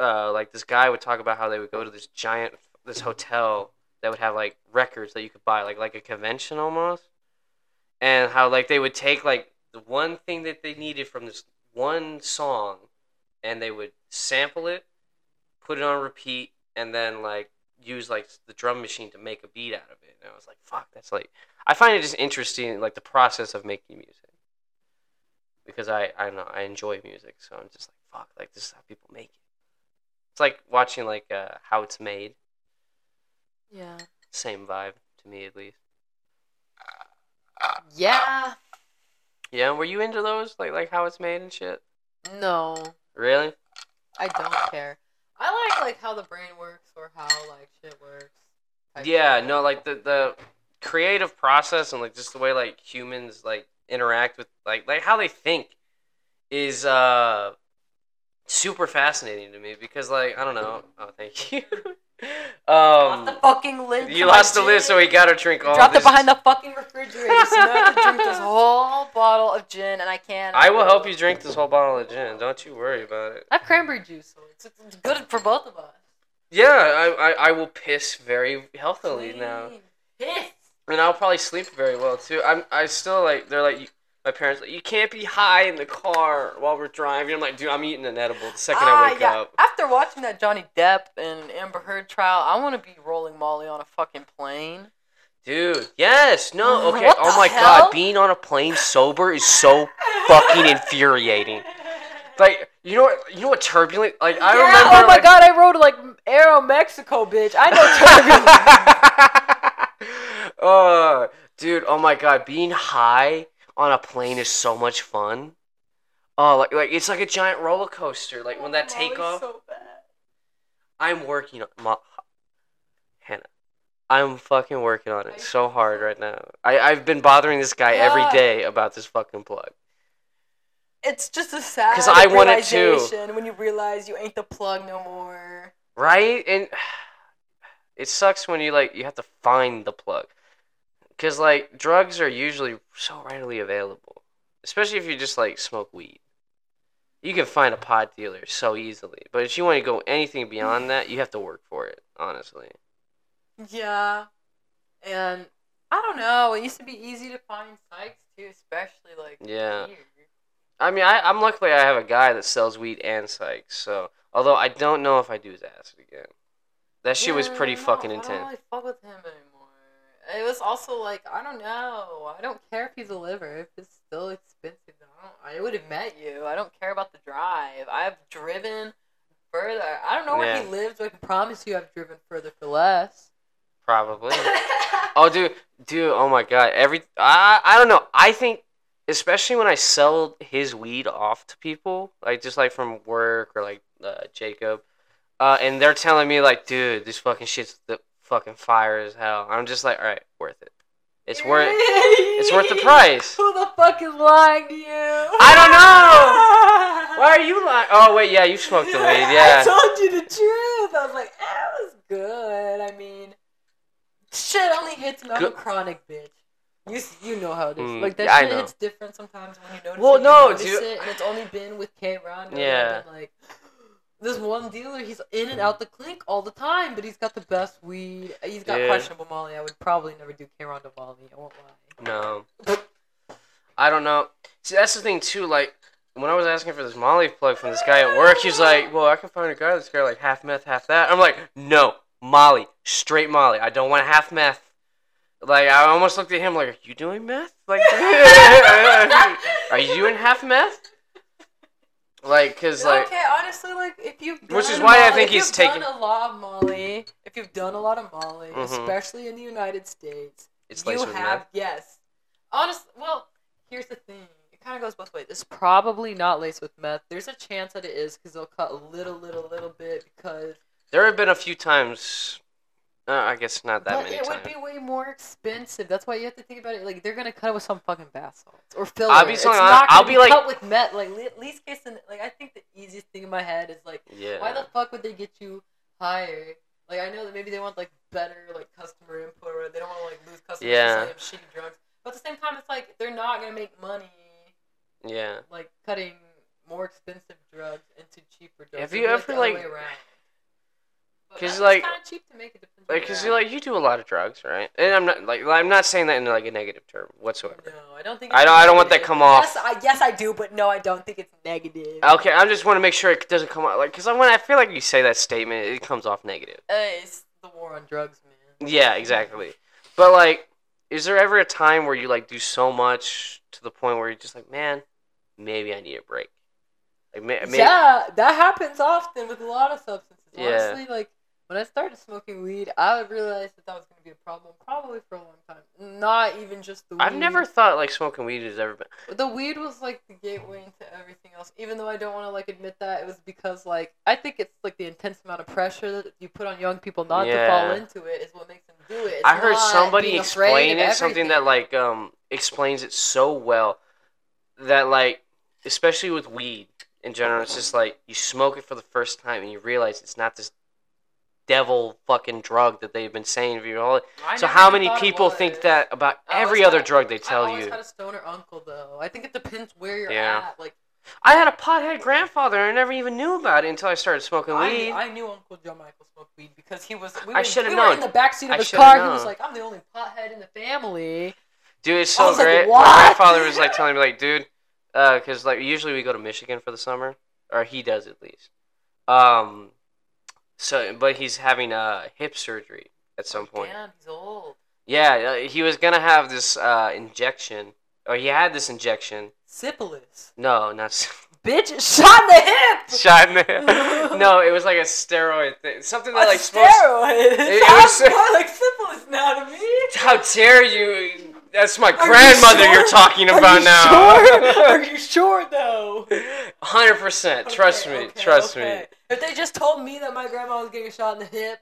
[SPEAKER 1] uh like this guy would talk about how they would go to this giant this hotel that would have like records that you could buy like like a convention almost and how like they would take like the one thing that they needed from this one song and they would sample it put it on repeat and then like use like the drum machine to make a beat out of it and i was like fuck that's like i find it just interesting like the process of making music because i i don't know i enjoy music so i'm just like fuck like this is how people make it it's like watching like uh, how it's made
[SPEAKER 2] Yeah.
[SPEAKER 1] same vibe to me at least
[SPEAKER 2] Yeah.
[SPEAKER 1] yeah were you into those like like how it's made and shit
[SPEAKER 2] No,
[SPEAKER 1] really
[SPEAKER 2] I don't care. I like like how the brain works or how like shit works. type
[SPEAKER 1] yeah
[SPEAKER 2] shit.
[SPEAKER 1] no like the the creative process and like just the way like humans like interact with like like how they think is uh super fascinating to me because like i don't know oh thank you
[SPEAKER 2] Off the
[SPEAKER 1] um
[SPEAKER 2] fucking lid.
[SPEAKER 1] you lost the lid so we
[SPEAKER 2] we
[SPEAKER 1] gotta drink all
[SPEAKER 2] Dropped
[SPEAKER 1] this
[SPEAKER 2] it behind the fucking refrigerator, so now I have to drink this whole bottle of gin, and I can't.
[SPEAKER 1] i will help you drink this whole bottle of gin don't you worry about it
[SPEAKER 2] I have cranberry juice, so it's, it's good for both of us.
[SPEAKER 1] yeah i i, I will piss very healthily now
[SPEAKER 2] Piss.
[SPEAKER 1] and I'll probably sleep very well too. I'm I still like they're like you, my parents like you can't be high in the car while we're driving. I'm like dude, I'm eating an edible the second
[SPEAKER 2] Ah,
[SPEAKER 1] I wake
[SPEAKER 2] yeah.
[SPEAKER 1] up.
[SPEAKER 2] After watching that Johnny Depp and Amber Heard trial, I want to be rolling Molly on a fucking plane.
[SPEAKER 1] Dude, yes, no, okay.
[SPEAKER 2] What
[SPEAKER 1] oh
[SPEAKER 2] the
[SPEAKER 1] my
[SPEAKER 2] hell?
[SPEAKER 1] god, being on a plane sober is so fucking infuriating. Like you know what you know what turbulent like I
[SPEAKER 2] Yeah,
[SPEAKER 1] remember.
[SPEAKER 2] Oh my
[SPEAKER 1] like-
[SPEAKER 2] god, I rode like Aero Mexico, bitch. I know turbulence.
[SPEAKER 1] uh, dude, oh my god, being high on a plane is so much fun. Oh, like like it's like a giant roller coaster. Like when that
[SPEAKER 2] Oh,
[SPEAKER 1] takeoff, I'm working on Ma- Hannah. I'm fucking working on it so hard right now. I I've been bothering this guy every
[SPEAKER 2] Yeah.
[SPEAKER 1] day about this fucking plug.
[SPEAKER 2] It's just a sad
[SPEAKER 1] 'Cause I want it too.
[SPEAKER 2] realization when you realize you ain't the plug no more.
[SPEAKER 1] Right? And it sucks when you like you have to find the plug. Cuz like drugs are usually so readily available. Especially if you just like smoke weed. You can find a pot dealer so easily. But if you want to go anything beyond that, you have to work for it, honestly.
[SPEAKER 2] Yeah. And I don't know. It used to be easy to find sites too, especially like
[SPEAKER 1] Yeah.
[SPEAKER 2] here.
[SPEAKER 1] I mean, I, I'm luckily I have a guy that sells weed and psych. So, although I don't know if I do his acid again. That shit was
[SPEAKER 2] Yeah,
[SPEAKER 1] pretty
[SPEAKER 2] I don't know.
[SPEAKER 1] fucking
[SPEAKER 2] I don't
[SPEAKER 1] intense.
[SPEAKER 2] really fuck with him anymore. it was also like I don't know. I don't care if you deliver. If it's still expensive, I don't. I would have met you. I don't care about the drive. I've driven further. I don't know where he
[SPEAKER 1] Yeah.
[SPEAKER 2] lives, but I can promise you, I've driven further for less.
[SPEAKER 1] Probably. oh, dude, dude. Oh my god. Every I I don't know. I think especially when I sell his weed off to people, like just like from work or like uh, Jacob, uh, and they're telling me like, dude, this fucking shit's the fucking fire as hell. I'm just like, all right, worth it. It's worth. It's worth the price.
[SPEAKER 2] Who the fuck is lying to you? I
[SPEAKER 1] I Why are you lying? Oh wait, yeah, you smoked the weed.
[SPEAKER 2] I
[SPEAKER 1] Yeah.
[SPEAKER 2] told you the truth. I was like, that was good. I mean, shit only hits when I'm a
[SPEAKER 1] Good-
[SPEAKER 2] chronic bitch. You s- you know how it is.
[SPEAKER 1] Mm,
[SPEAKER 2] like that
[SPEAKER 1] yeah, I
[SPEAKER 2] shit
[SPEAKER 1] know.
[SPEAKER 2] hits different sometimes when you notice.
[SPEAKER 1] Well,
[SPEAKER 2] it, you
[SPEAKER 1] no,
[SPEAKER 2] notice
[SPEAKER 1] dude.
[SPEAKER 2] It, and it's only been with K. Ron.
[SPEAKER 1] Yeah.
[SPEAKER 2] Like this one dealer, he's in and out the clinic all the time, but he's got the best weed. He's got
[SPEAKER 1] Dude.
[SPEAKER 2] questionable Molly. I would probably never do K. Ron to Molly. I won't lie.
[SPEAKER 1] No. I don't know. See, that's the thing too. Like when I was asking for this Molly plug from this guy at work, he's like, "Well, I can find a guy that's got like half meth, half that." I'm like, "No, Molly, straight Molly. I don't want half meth." Like I almost looked at him like, "Are you doing meth? Like, are you doing half meth?" Like, cause like,
[SPEAKER 2] okay, honestly, like if you've
[SPEAKER 1] Which
[SPEAKER 2] done
[SPEAKER 1] is why I
[SPEAKER 2] Molly-
[SPEAKER 1] think
[SPEAKER 2] if
[SPEAKER 1] he's
[SPEAKER 2] you've
[SPEAKER 1] taking-
[SPEAKER 2] done a lot of Molly, if you've done a lot of Molly,
[SPEAKER 1] Mhm.
[SPEAKER 2] especially in the United States,
[SPEAKER 1] it's
[SPEAKER 2] you
[SPEAKER 1] laced with meth.
[SPEAKER 2] have yes. Honest, well, here's the thing. It kind of goes both ways. It's probably not laced with meth. There's a chance that it is because they'll cut a little, little, little bit because
[SPEAKER 1] There have been a few times. Uh, I guess not that
[SPEAKER 2] but
[SPEAKER 1] many
[SPEAKER 2] it
[SPEAKER 1] times.
[SPEAKER 2] would be way more expensive. That's why you have to think about it. Like they're gonna cut it with some fucking bath salts or filler.
[SPEAKER 1] I'll be
[SPEAKER 2] it's
[SPEAKER 1] so hon-
[SPEAKER 2] not gonna
[SPEAKER 1] I'll
[SPEAKER 2] be,
[SPEAKER 1] be like-
[SPEAKER 2] cut with meth. Like le- least case, in, like I think the easiest thing in my head is like.
[SPEAKER 1] yeah.
[SPEAKER 2] Why the fuck would they get you higher? Like I know that maybe they want like better like customer input or they don't want to like lose customers
[SPEAKER 1] Yeah.
[SPEAKER 2] yeah. selling shitty drugs. But at the same time, it's like they're not gonna make money
[SPEAKER 1] yeah.
[SPEAKER 2] like cutting more expensive drugs into cheaper drugs.
[SPEAKER 1] Have
[SPEAKER 2] It'd
[SPEAKER 1] you
[SPEAKER 2] be,
[SPEAKER 1] ever,
[SPEAKER 2] the other
[SPEAKER 1] like-
[SPEAKER 2] way around. But
[SPEAKER 1] 'Cause,
[SPEAKER 2] that's
[SPEAKER 1] like-
[SPEAKER 2] kind of cheap to make it depends.
[SPEAKER 1] Like,
[SPEAKER 2] where
[SPEAKER 1] cause
[SPEAKER 2] you're
[SPEAKER 1] you like you do a lot of drugs, right? And I'm not like I'm not saying that in like a negative term
[SPEAKER 2] at.
[SPEAKER 1] whatsoever.
[SPEAKER 2] No, I don't think.
[SPEAKER 1] I
[SPEAKER 2] it's
[SPEAKER 1] don't- I don't want that
[SPEAKER 2] negative.
[SPEAKER 1] come off.
[SPEAKER 2] Yes, I yes I do, but no, I don't think it's negative.
[SPEAKER 1] Okay, I just want to make sure it doesn't come out like, cause I when I feel like you say that statement, it comes off negative.
[SPEAKER 2] Uh, it's the war on drugs, man.
[SPEAKER 1] Yeah, exactly. But like, is there ever a time where you like do so much to the point where you're just like, man, maybe I need a break? Like, ma- maybe,
[SPEAKER 2] Yeah, that happens often with a lot of substances.
[SPEAKER 1] Yeah.
[SPEAKER 2] Honestly, like when I started smoking weed, I realized that that was going to be a problem probably for a long time. Not even just the weed.
[SPEAKER 1] I've never thought like smoking weed has ever been.
[SPEAKER 2] The weed was like the gateway into everything else. Even though I don't want to like admit that, it was because like I think it's like the intense amount of pressure that you put on young people not to
[SPEAKER 1] Yeah.
[SPEAKER 2] fall into it is what makes them do it. It's
[SPEAKER 1] I heard
[SPEAKER 2] not
[SPEAKER 1] somebody
[SPEAKER 2] being afraid of
[SPEAKER 1] explain it something that
[SPEAKER 2] everything.
[SPEAKER 1] like um explains it so well that like especially with weed in general it's just like you smoke it for the first time and you realize it's not this devil fucking drug that they've been saying for you all
[SPEAKER 2] I
[SPEAKER 1] so
[SPEAKER 2] never
[SPEAKER 1] how
[SPEAKER 2] even
[SPEAKER 1] many
[SPEAKER 2] thought it
[SPEAKER 1] people
[SPEAKER 2] was.
[SPEAKER 1] think that about
[SPEAKER 2] I
[SPEAKER 1] every
[SPEAKER 2] always
[SPEAKER 1] other
[SPEAKER 2] had-
[SPEAKER 1] drug they
[SPEAKER 2] I
[SPEAKER 1] tell
[SPEAKER 2] always
[SPEAKER 1] you
[SPEAKER 2] had a stoner uncle though. I think it depends where you're
[SPEAKER 1] Yeah.
[SPEAKER 2] at. Like
[SPEAKER 1] i had a pothead grandfather and i never even knew about it until i started smoking weed
[SPEAKER 2] I, I knew Uncle Joe Michael smoked weed because he was. We
[SPEAKER 1] I
[SPEAKER 2] were,
[SPEAKER 1] shoulda
[SPEAKER 2] we Were
[SPEAKER 1] known.
[SPEAKER 2] in the backseat of
[SPEAKER 1] I
[SPEAKER 2] his
[SPEAKER 1] shoulda
[SPEAKER 2] car. He was
[SPEAKER 1] known.
[SPEAKER 2] like, "I'm the only pothead in the family."
[SPEAKER 1] Dude, it's
[SPEAKER 2] I
[SPEAKER 1] so
[SPEAKER 2] was like,
[SPEAKER 1] great.
[SPEAKER 2] "What?"
[SPEAKER 1] My grandfather was like telling me, like, dude, because like usually we go to Michigan for the summer, or he does at least. Um, so but he's having uh hip surgery at some point.
[SPEAKER 2] Oh, Damn, he's old.
[SPEAKER 1] Yeah, uh, he was gonna have this uh injection, or he had this injection.
[SPEAKER 2] Syphilis.
[SPEAKER 1] No, not s-
[SPEAKER 2] Bitch, shot in the hip.
[SPEAKER 1] shot in the- No, it was like a steroid thing, something that
[SPEAKER 2] A
[SPEAKER 1] like supposed.
[SPEAKER 2] steroid.
[SPEAKER 1] It
[SPEAKER 2] Sounds
[SPEAKER 1] was-
[SPEAKER 2] more like syphilis now to me.
[SPEAKER 1] How dare you? That's my
[SPEAKER 2] you
[SPEAKER 1] grandmother
[SPEAKER 2] sure?
[SPEAKER 1] you are talking
[SPEAKER 2] Are
[SPEAKER 1] about
[SPEAKER 2] you Sure?
[SPEAKER 1] now.
[SPEAKER 2] Are you sure though?
[SPEAKER 1] Hundred percent. Trust me.
[SPEAKER 2] Okay, okay,
[SPEAKER 1] trust me.
[SPEAKER 2] okay. If they just told me that my grandma was getting a shot in the hip.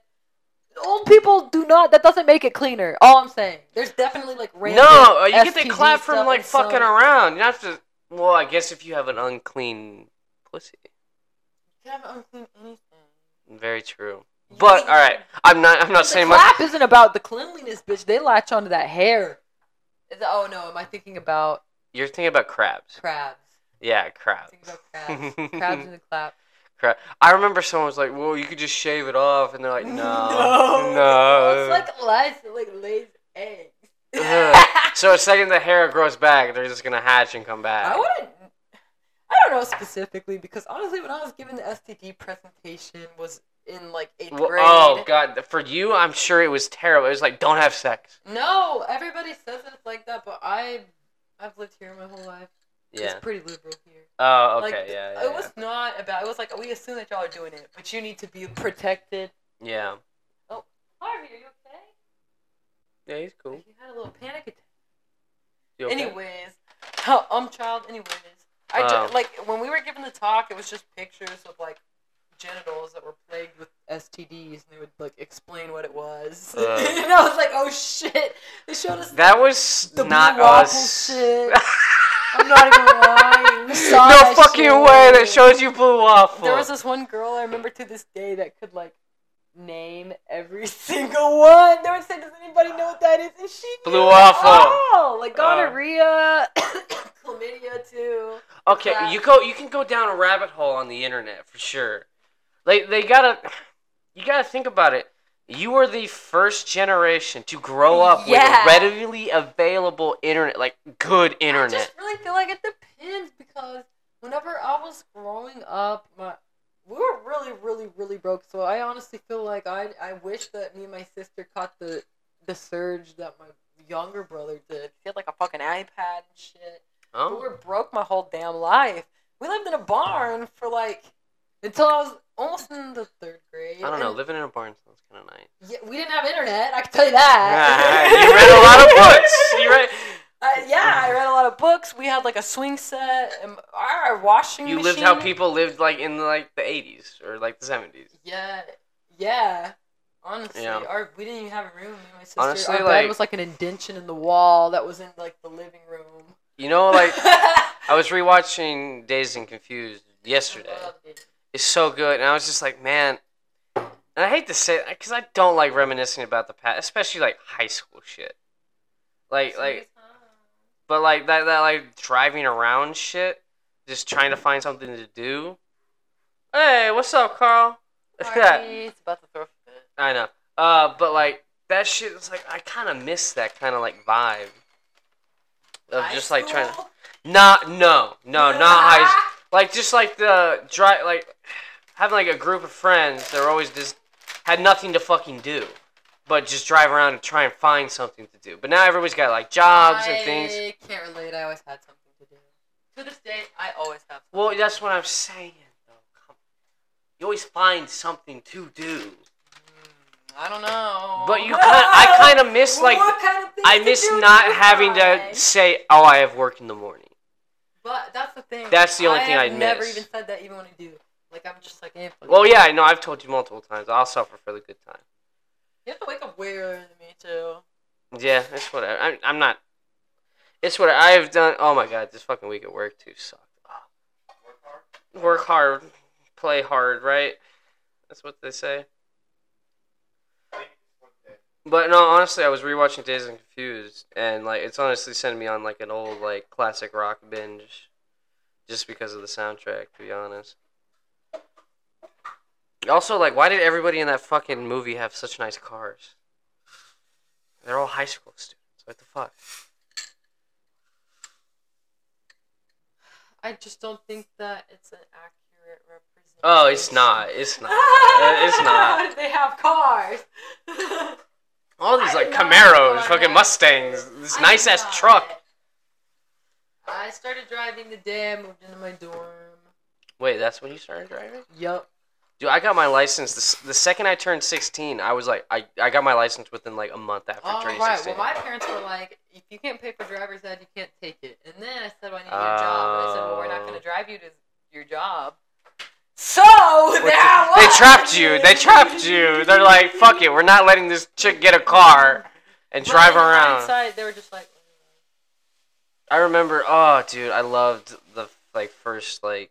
[SPEAKER 2] Old people do not. That doesn't make it cleaner. All I'm saying. There's definitely like random.
[SPEAKER 1] No, uh, you get
[SPEAKER 2] STD
[SPEAKER 1] that clap
[SPEAKER 2] stuff
[SPEAKER 1] from like
[SPEAKER 2] and some-
[SPEAKER 1] fucking around. You have to. Well, I guess if you have an unclean pussy,
[SPEAKER 2] You can have unclean anything.
[SPEAKER 1] very true. But all right, I'm not. I'm not
[SPEAKER 2] the
[SPEAKER 1] saying much.
[SPEAKER 2] clap isn't about the cleanliness, bitch. They latch onto that hair. Is- oh no, am I thinking about
[SPEAKER 1] You're thinking about crabs.
[SPEAKER 2] crabs?
[SPEAKER 1] Yeah,
[SPEAKER 2] I'm
[SPEAKER 1] crabs.
[SPEAKER 2] thinking about crabs. crabs in the clap.
[SPEAKER 1] Crab. I remember someone was like, "Well, you could just shave it off," and they're like, "No,
[SPEAKER 2] No.
[SPEAKER 1] no." Uh,
[SPEAKER 2] Oh, it's like lice, it, like lays eggs.
[SPEAKER 1] Ugh. so the second the hair grows back, they're just gonna hatch and come back.
[SPEAKER 2] I wouldn't. I don't know specifically because honestly, when I was given the STD presentation, was in like eighth
[SPEAKER 1] Well,
[SPEAKER 2] grade.
[SPEAKER 1] oh god, for you, I'm sure it was terrible. It was like don't have sex.
[SPEAKER 2] No, everybody says it's like that, but I, I've lived here my whole life. It's pretty liberal here.
[SPEAKER 1] Oh, okay.
[SPEAKER 2] Like,
[SPEAKER 1] yeah, yeah.
[SPEAKER 2] It was not about. It was like we assume that y'all are doing it, but you need to be protected.
[SPEAKER 1] yeah.
[SPEAKER 2] Harvey, are you okay?
[SPEAKER 1] Yeah. Yeah, he's cool.
[SPEAKER 2] He had a little panic attack.
[SPEAKER 1] You okay?
[SPEAKER 2] Anyways, how um child. Anyways, I ju-
[SPEAKER 1] Um,
[SPEAKER 2] like when we were given the talk, it was just pictures of like genitals that were plagued with STDs, and they would like explain what it was,
[SPEAKER 1] Uh.
[SPEAKER 2] and I was like, oh shit! They showed us.
[SPEAKER 1] That was
[SPEAKER 2] The
[SPEAKER 1] not
[SPEAKER 2] blue waffle
[SPEAKER 1] us.
[SPEAKER 2] shit. I'm not even lying. We saw
[SPEAKER 1] no
[SPEAKER 2] that
[SPEAKER 1] fucking
[SPEAKER 2] shit.
[SPEAKER 1] way that shows you blue waffle.
[SPEAKER 2] There was this one girl I remember to this day that could like name every single one. They would say, "Does anybody know what that is?" And she
[SPEAKER 1] Blue
[SPEAKER 2] knew
[SPEAKER 1] waffle.
[SPEAKER 2] Oh, like
[SPEAKER 1] Oh.
[SPEAKER 2] gonorrhea, chlamydia too.
[SPEAKER 1] okay,
[SPEAKER 2] crap.
[SPEAKER 1] you go. You can go down a rabbit hole on the internet for sure. Like they gotta, you gotta think about it. You were the first generation to grow up
[SPEAKER 2] Yeah.
[SPEAKER 1] with readily available internet, like good internet.
[SPEAKER 2] I just really feel like it depends because whenever I was growing up, my we were really, really, really broke. So I honestly feel like I I wish that me and my sister caught the the surge that my younger brother did. He had like a fucking iPad and shit. We
[SPEAKER 1] Oh,
[SPEAKER 2] were broke my whole damn life. We lived in a barn for like until I was almost in the third grade.
[SPEAKER 1] I don't know.
[SPEAKER 2] And,
[SPEAKER 1] Living in a barn sounds kind of nice.
[SPEAKER 2] yeah, we didn't have internet. I can tell you that.
[SPEAKER 1] you read a lot of books. You read.
[SPEAKER 2] Uh, yeah, I read a lot of books. We had like a swing set and our washing
[SPEAKER 1] You
[SPEAKER 2] machine.
[SPEAKER 1] lived how people lived, like in like the eighties or like the seventies.
[SPEAKER 2] Yeah, yeah. Honestly,
[SPEAKER 1] Yeah.
[SPEAKER 2] our we didn't even have a room. Me and my sister.
[SPEAKER 1] Honestly,
[SPEAKER 2] our
[SPEAKER 1] like-
[SPEAKER 2] bed was like an indention in the wall that was in like the living room.
[SPEAKER 1] You know, like
[SPEAKER 2] I
[SPEAKER 1] I was rewatching Dazed and Confused yesterday.
[SPEAKER 2] loved it.
[SPEAKER 1] It's so good, and I was just like, man. And I hate to say it because I don't like reminiscing about the past, especially like high school shit. Like, like, but like that, that like driving around shit, just trying to find something to do. Hey, what's up, Carl?
[SPEAKER 2] Parties, about to throw a fit.
[SPEAKER 1] I know. Uh, but like that shit was like I kind of miss that kind of like vibe of
[SPEAKER 2] High
[SPEAKER 1] just like trying to
[SPEAKER 2] school?
[SPEAKER 1] not no no not high s- like just like the dry like having like a group of friends that were always just had nothing to fucking do but just drive around and try and find something to do. But now everybody's got like jobs and things.
[SPEAKER 2] I can't relate. I always had something to do. To this day, I always have.
[SPEAKER 1] Well, that's what I'm saying though. Come You always find something to do.
[SPEAKER 2] Mm, I don't know.
[SPEAKER 1] But you kind I kind of miss like
[SPEAKER 2] What kind of things
[SPEAKER 1] I
[SPEAKER 2] to
[SPEAKER 1] miss
[SPEAKER 2] do
[SPEAKER 1] not
[SPEAKER 2] with
[SPEAKER 1] having
[SPEAKER 2] time?
[SPEAKER 1] to say, "Oh, I have work in the morning."
[SPEAKER 2] But that's the thing.
[SPEAKER 1] That's the only thing
[SPEAKER 2] have
[SPEAKER 1] I
[SPEAKER 2] never
[SPEAKER 1] miss.
[SPEAKER 2] even said that even when I do. Like I'm just like, eh, fuck
[SPEAKER 1] Well,
[SPEAKER 2] it.
[SPEAKER 1] yeah, I know. I've told you multiple times. I'll suffer for the good time.
[SPEAKER 2] You have to wake up way earlier than me too.
[SPEAKER 1] Yeah, it's whatever. I'm, I'm not. It's what I have done. Oh my god, this fucking week at work too sucked. Oh. Work hard, play hard, right? That's what they say. But no, honestly, I was rewatching Days and Confused, and like it's honestly sending me on like an old like classic rock binge, just because of the soundtrack. To be honest. Also, like, why did everybody in that fucking movie have such nice cars? They're all high school students. What the fuck?
[SPEAKER 2] I just don't think that it's an accurate representation.
[SPEAKER 1] Oh, it's not. It's not. Uh, it's not.
[SPEAKER 2] they have cars.
[SPEAKER 1] All these
[SPEAKER 2] I
[SPEAKER 1] like
[SPEAKER 2] did not
[SPEAKER 1] Camaros,
[SPEAKER 2] know
[SPEAKER 1] fucking
[SPEAKER 2] that.
[SPEAKER 1] Mustangs, this
[SPEAKER 2] I
[SPEAKER 1] nice ass
[SPEAKER 2] got
[SPEAKER 1] truck.
[SPEAKER 2] it. I started driving the day I moved into my dorm.
[SPEAKER 1] Wait, that's when you started driving?
[SPEAKER 2] Yup.
[SPEAKER 1] Dude, I got my license the, s- the second I turned 16. I was like, I, I got my license within like a month after
[SPEAKER 2] All
[SPEAKER 1] turning
[SPEAKER 2] Oh, right.
[SPEAKER 1] 16.
[SPEAKER 2] Well, my parents were like, if you can't pay for driver's ed, you can't take it. And then I said, well, I need to get a job. And I said, well, we're not going
[SPEAKER 1] Oh.
[SPEAKER 2] to drive you to your job. So there I
[SPEAKER 1] they
[SPEAKER 2] was.
[SPEAKER 1] trapped you. They trapped you. They're like, fuck it, we're not letting this chick get a car and
[SPEAKER 2] But
[SPEAKER 1] drive
[SPEAKER 2] in
[SPEAKER 1] around.
[SPEAKER 2] hindsight, they were just like, mm.
[SPEAKER 1] I remember. Oh, dude, I loved the like first like.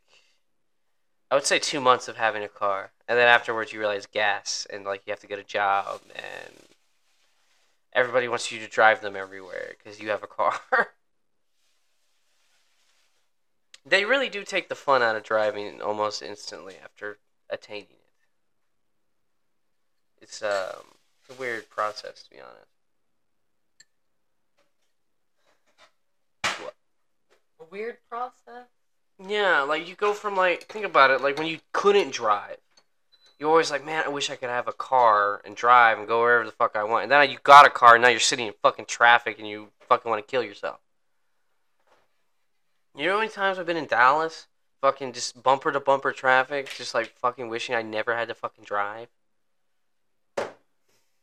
[SPEAKER 1] I would say two months of having a car, and then afterwards you realize gas, and like you have to get a job, and everybody wants you to drive them everywhere because you have a car. they really do take the fun out of driving almost instantly after attaining it. It's um, a weird process, to be honest.
[SPEAKER 2] a weird process.
[SPEAKER 1] Yeah, like you go from like think about it, like when you couldn't drive you're always like, man, I wish I could have a car and drive and go wherever the fuck I want. And then you got a car, and now you're sitting in fucking traffic, and you fucking want to kill yourself. You know how many times I've been in Dallas, fucking just bumper to bumper traffic, just like fucking wishing I never had to fucking drive.
[SPEAKER 2] Yeah,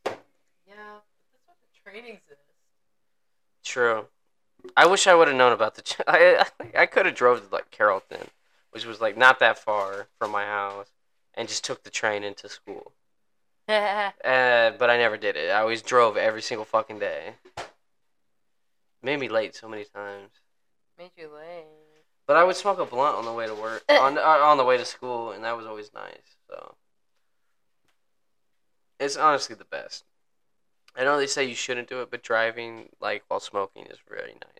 [SPEAKER 2] but that's what the training's in.
[SPEAKER 1] True. I wish I would have known about the. Ch- I I, I could have drove to like Carrollton, which was like not that far from my house, and just took the train into school. Uh, but I never did it. I always drove every single fucking day. Made me late so many times.
[SPEAKER 2] Made you late.
[SPEAKER 1] But I would smoke a blunt on the way to work, on uh, on the way to school, and that was always nice. So it's honestly the best. I know they say you shouldn't do it, but driving like while smoking is really nice.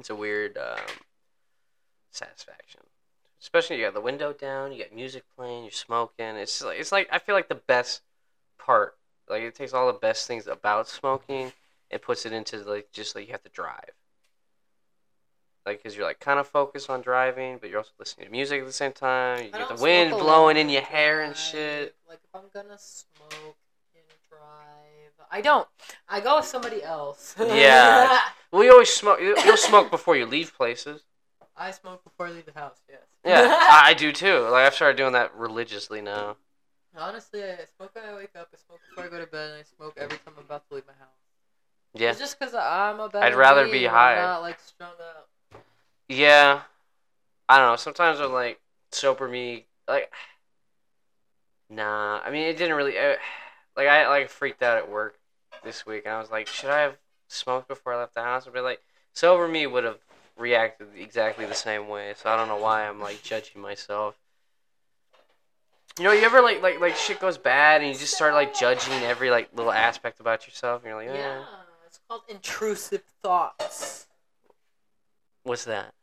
[SPEAKER 1] It's a weird um, satisfaction, especially you got the window down, you got music playing, you're smoking. It's like it's like I feel like the best part. Like it takes all the best things about smoking and puts it into like just like you have to drive. Like, cause you're like kind of focused on driving, but you're also listening to music at the same time. You
[SPEAKER 2] I
[SPEAKER 1] get
[SPEAKER 2] don't
[SPEAKER 1] the wind
[SPEAKER 2] smoke a lot
[SPEAKER 1] blowing
[SPEAKER 2] when
[SPEAKER 1] in
[SPEAKER 2] I
[SPEAKER 1] your hair and
[SPEAKER 2] drive.
[SPEAKER 1] shit.
[SPEAKER 2] Like if I'm gonna smoke and drive, I don't. I go with somebody else.
[SPEAKER 1] Yeah. Well, you always smoke. you- You'll smoke before you leave places.
[SPEAKER 2] I smoke before I leave the house. Yes.
[SPEAKER 1] Yeah, I I do too. Like I've started doing that religiously now.
[SPEAKER 2] Honestly, I smoke when I wake up. I smoke before I go to bed, and I smoke every time I'm about to leave my house.
[SPEAKER 1] Yeah,
[SPEAKER 2] It's just because I'm a bad.
[SPEAKER 1] I'd rather be
[SPEAKER 2] and I'm
[SPEAKER 1] high.
[SPEAKER 2] Not like strung up.
[SPEAKER 1] yeah. I don't know. Sometimes I'm like sober me like. Nah, I mean it didn't really. I, like I like freaked out at work this week, and I was like, should I have smoked before I left the house? But like sober me would have reacted exactly the same way. So I don't know why I'm like judging myself. You know, you ever like like like shit goes bad and you just start like judging every like little aspect about yourself, and you're like, "Eh,
[SPEAKER 2] Yeah.
[SPEAKER 1] yeah.
[SPEAKER 2] It's called intrusive thoughts.
[SPEAKER 1] What's that?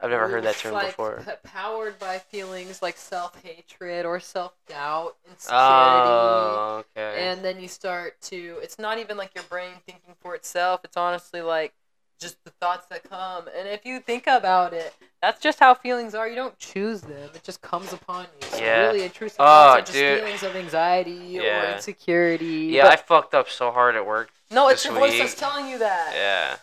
[SPEAKER 1] I've never heard that
[SPEAKER 2] It's,
[SPEAKER 1] term
[SPEAKER 2] like,
[SPEAKER 1] before.
[SPEAKER 2] p- powered by feelings like self hatred or self doubt, insecurity.
[SPEAKER 1] Oh, okay.
[SPEAKER 2] and then you start to it's not even like your brain thinking for itself it's honestly like just the thoughts that come and if you think about it that's just how feelings are you don't choose them it just comes upon you so
[SPEAKER 1] Yeah.
[SPEAKER 2] really intrusive
[SPEAKER 1] Oh,
[SPEAKER 2] thoughts are just
[SPEAKER 1] dude.
[SPEAKER 2] feelings of anxiety
[SPEAKER 1] Yeah.
[SPEAKER 2] or insecurity
[SPEAKER 1] yeah, I
[SPEAKER 2] But-
[SPEAKER 1] fucked up so hard at work.
[SPEAKER 2] no it's
[SPEAKER 1] this
[SPEAKER 2] your voice
[SPEAKER 1] week-
[SPEAKER 2] that's telling you that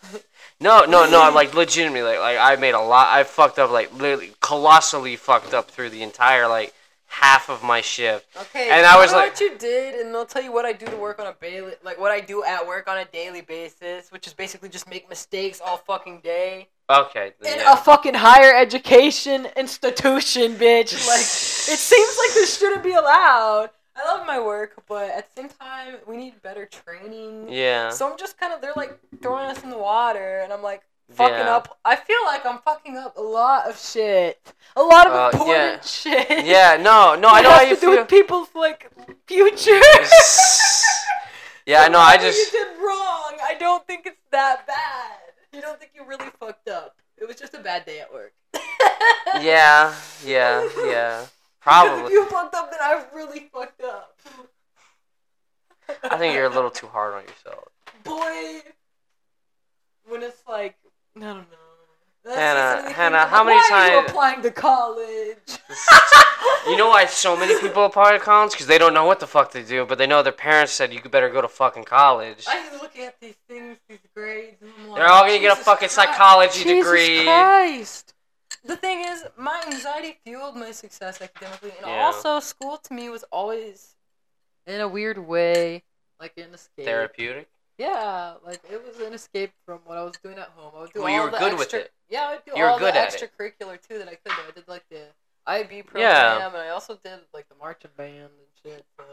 [SPEAKER 1] Yeah. No, no, no. I'm like legitimately like like I made a lot. I fucked up like literally colossally fucked up through the entire like half of my shift.
[SPEAKER 2] okay
[SPEAKER 1] And I
[SPEAKER 2] tell
[SPEAKER 1] was
[SPEAKER 2] me
[SPEAKER 1] like-
[SPEAKER 2] what you did and i'll tell you what i do to work on a daily like what i do at work on a daily basis which is basically just make mistakes all fucking day
[SPEAKER 1] Okay. then
[SPEAKER 2] in
[SPEAKER 1] yeah.
[SPEAKER 2] a fucking higher education institution, bitch. Like, it seems like this shouldn't be allowed. I love my work, but at the same time, we need better training.
[SPEAKER 1] yeah.
[SPEAKER 2] So I'm just kind of, they're like throwing us in the water, and I'm like, fucking
[SPEAKER 1] Yeah.
[SPEAKER 2] up. I feel like I'm fucking up a lot of shit. A lot of
[SPEAKER 1] Uh,
[SPEAKER 2] important
[SPEAKER 1] yeah.
[SPEAKER 2] shit.
[SPEAKER 1] Yeah. No. No.
[SPEAKER 2] It
[SPEAKER 1] I know how
[SPEAKER 2] has
[SPEAKER 1] you
[SPEAKER 2] to do
[SPEAKER 1] feel.
[SPEAKER 2] with people's, like, future.
[SPEAKER 1] yeah. I know. I
[SPEAKER 2] Whatever
[SPEAKER 1] just.
[SPEAKER 2] You did wrong. I don't think it's that bad. You don't think you really fucked up. It was just a bad day at work.
[SPEAKER 1] Yeah. Yeah. Yeah.
[SPEAKER 2] Because if
[SPEAKER 1] Probably.
[SPEAKER 2] you fucked up, then I really fucked up.
[SPEAKER 1] I think you're a little too hard on yourself.
[SPEAKER 2] boy. When it's like, I don't know. That's
[SPEAKER 1] Hannah,
[SPEAKER 2] just something that
[SPEAKER 1] Hannah,
[SPEAKER 2] comes up.
[SPEAKER 1] how many
[SPEAKER 2] Why Are you
[SPEAKER 1] times-
[SPEAKER 2] applying to college?
[SPEAKER 1] You know why so many people apply to college? Because they don't know what the fuck they do, but they know their parents said you could better go to fucking college.
[SPEAKER 2] I just look at these things, these grades. And I'm like,
[SPEAKER 1] They're all gonna get a
[SPEAKER 2] Jesus
[SPEAKER 1] fucking
[SPEAKER 2] Christ.
[SPEAKER 1] psychology
[SPEAKER 2] Jesus
[SPEAKER 1] degree.
[SPEAKER 2] Christ. The thing is, my anxiety fueled my success academically, and
[SPEAKER 1] Yeah.
[SPEAKER 2] also school to me was always, in a weird way, like an escape.
[SPEAKER 1] Therapeutic.
[SPEAKER 2] Yeah, like it was an escape from what I was doing at home. I would do
[SPEAKER 1] Well,
[SPEAKER 2] all
[SPEAKER 1] you were
[SPEAKER 2] the
[SPEAKER 1] good with
[SPEAKER 2] extra,
[SPEAKER 1] it.
[SPEAKER 2] Yeah, I would do
[SPEAKER 1] You were
[SPEAKER 2] all
[SPEAKER 1] good
[SPEAKER 2] the
[SPEAKER 1] at it.
[SPEAKER 2] extracurricular too that I could. do. I did like the IB program,
[SPEAKER 1] Yeah.
[SPEAKER 2] and I also did like the marching band and shit. So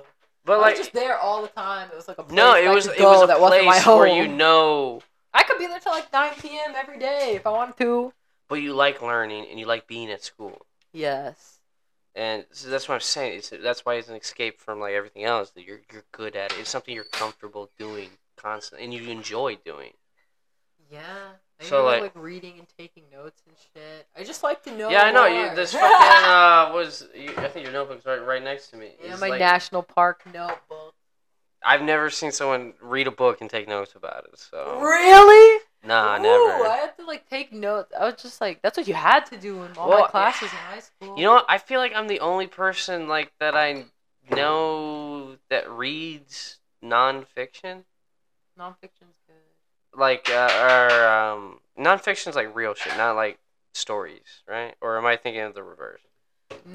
[SPEAKER 1] But
[SPEAKER 2] I was
[SPEAKER 1] like,
[SPEAKER 2] just there all the time. It was like a place
[SPEAKER 1] no,
[SPEAKER 2] I
[SPEAKER 1] it was
[SPEAKER 2] could
[SPEAKER 1] it
[SPEAKER 2] go
[SPEAKER 1] was a
[SPEAKER 2] that wasn't my
[SPEAKER 1] place
[SPEAKER 2] home.
[SPEAKER 1] where you know,
[SPEAKER 2] I could be there till like nine p.m. every day if I wanted to.
[SPEAKER 1] but you like learning and you like being at school,
[SPEAKER 2] Yes.
[SPEAKER 1] and so that's what I'm saying. It's, that's why it's an escape from like everything else that you're you're good at. It. It's something you're comfortable doing constantly, and you enjoy doing.
[SPEAKER 2] Yeah. I
[SPEAKER 1] So,
[SPEAKER 2] even
[SPEAKER 1] like-
[SPEAKER 2] like, reading and taking notes and shit. I just like to know.
[SPEAKER 1] yeah, I know.
[SPEAKER 2] more.
[SPEAKER 1] You, this fucking uh, was you, I think your notebook's right right next to me.
[SPEAKER 2] yeah,
[SPEAKER 1] It's
[SPEAKER 2] my
[SPEAKER 1] like-
[SPEAKER 2] national park notebook.
[SPEAKER 1] I've never seen someone read a book and take notes about it. So
[SPEAKER 2] Really?
[SPEAKER 1] Oh. Nah,
[SPEAKER 2] Ooh,
[SPEAKER 1] never.
[SPEAKER 2] I had to like take notes. I was just like, that's what you had to do in all
[SPEAKER 1] Well,
[SPEAKER 2] my classes in high school.
[SPEAKER 1] You know, what? I feel like I'm the only person like that I know that reads nonfiction.
[SPEAKER 2] nonfiction's good.
[SPEAKER 1] Like, uh, or um, nonfiction's like real shit, not like stories, right? Or am I thinking of the reverse?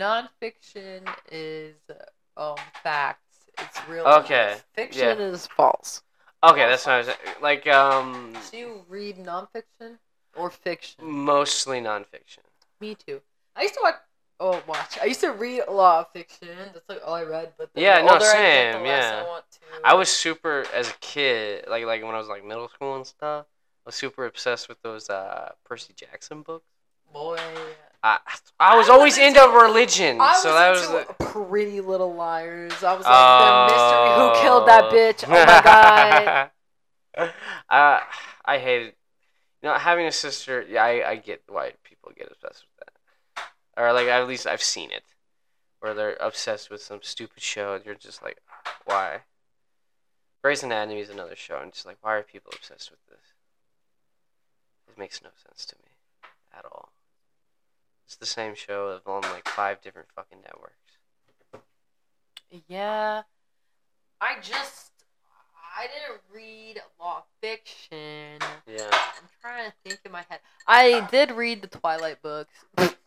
[SPEAKER 2] Nonfiction is um facts. It's real.
[SPEAKER 1] Okay,
[SPEAKER 2] life. Fiction is false.
[SPEAKER 1] Okay, that's what I was like. Um,
[SPEAKER 2] Do you read nonfiction or fiction?
[SPEAKER 1] mostly nonfiction.
[SPEAKER 2] Me too. I used to watch. Oh, watch. I used to read a lot of fiction. That's like all I read. But then
[SPEAKER 1] Yeah,
[SPEAKER 2] the
[SPEAKER 1] no,
[SPEAKER 2] older I get, the
[SPEAKER 1] same,
[SPEAKER 2] less
[SPEAKER 1] yeah.
[SPEAKER 2] I want to.
[SPEAKER 1] I was super as a kid, like like when I was like middle school and stuff. I was super obsessed with those uh, Percy Jackson books.
[SPEAKER 2] boy.
[SPEAKER 1] I I was
[SPEAKER 2] I was
[SPEAKER 1] always into
[SPEAKER 2] into-
[SPEAKER 1] religion,
[SPEAKER 2] I
[SPEAKER 1] Mm, so that
[SPEAKER 2] was
[SPEAKER 1] was.
[SPEAKER 2] into
[SPEAKER 1] the-
[SPEAKER 2] Pretty Little Liars. I was like the mystery who killed that bitch. Oh my god.
[SPEAKER 1] god. uh, I hate it. You know, having a sister, yeah, I, I get why people get obsessed with that. Or like at least I've seen it. Where they're obsessed with some stupid show and you're just like, why? Grey's Anatomy is another show and just like why are people obsessed with this? It makes no sense to me at all. It's the same show on like five different fucking networks.
[SPEAKER 2] Yeah. I just I didn't read a lot of fiction.
[SPEAKER 1] Yeah.
[SPEAKER 2] I'm trying to think in my head. I did read the Twilight books.
[SPEAKER 1] Yeah,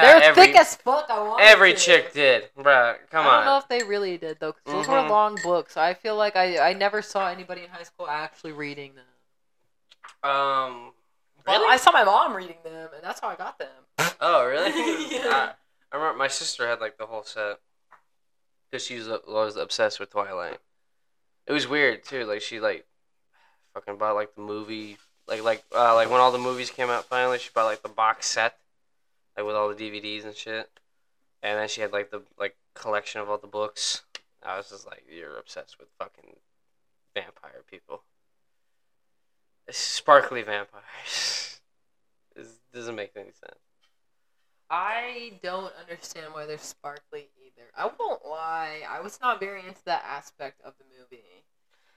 [SPEAKER 2] They're
[SPEAKER 1] every-
[SPEAKER 2] thick as fuck. I want
[SPEAKER 1] Every
[SPEAKER 2] to.
[SPEAKER 1] chick did, bruh. Come
[SPEAKER 2] I don't
[SPEAKER 1] on.
[SPEAKER 2] know if they really did though, 'cause those
[SPEAKER 1] Mhm.
[SPEAKER 2] were long books. I feel like I, I never saw anybody in high school actually reading them.
[SPEAKER 1] Um.
[SPEAKER 2] Well, I saw my mom reading them, and that's how I got them.
[SPEAKER 1] oh, really? I,
[SPEAKER 2] Yeah.
[SPEAKER 1] I remember my sister had like the whole set because she was, was obsessed with Twilight. It was weird too. Like she like fucking bought like the movie, like like uh, like when all the movies came out finally, she bought like the box set, like with all the DVDs and shit, and then she had like the like collection of all the books. I was just like, you're obsessed with fucking vampire people, sparkly vampires. this doesn't make any sense.
[SPEAKER 2] I don't understand why they're sparkly either. I won't lie. I was not very into that aspect of the movie.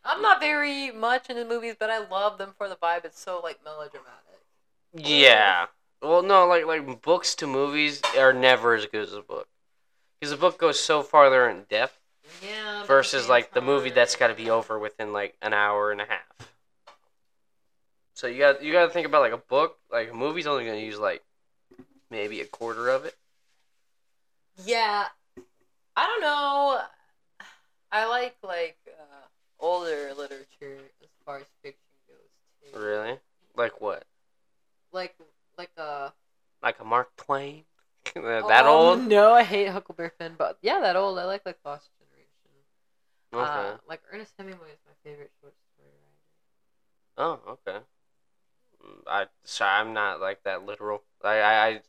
[SPEAKER 2] I'm not very much into movies, but I love them for the vibe. It's so like melodramatic.
[SPEAKER 1] Yeah. Well, no, like like books to movies are never as good as a book, because the book goes so farther in depth
[SPEAKER 2] Yeah. but at
[SPEAKER 1] versus
[SPEAKER 2] same
[SPEAKER 1] like the movie
[SPEAKER 2] time-
[SPEAKER 1] that's got to be over within like an hour and a half. So you got you got to think about like a book, like a movie's only gonna use like maybe a quarter of it.
[SPEAKER 2] Yeah. I don't know. I like like uh, older literature as far as fiction goes. Too.
[SPEAKER 1] Really? Like what?
[SPEAKER 2] Like like uh.
[SPEAKER 1] Like a Mark Twain? that
[SPEAKER 2] um,
[SPEAKER 1] old?
[SPEAKER 2] No, I hate Huckleberry Finn, but yeah, that old. I like like Lost Generation.
[SPEAKER 1] Okay.
[SPEAKER 2] Uh, like Ernest Hemingway is my favorite short story writer.
[SPEAKER 1] oh, okay. Mm, I sorry, I'm not like that literal. I I, I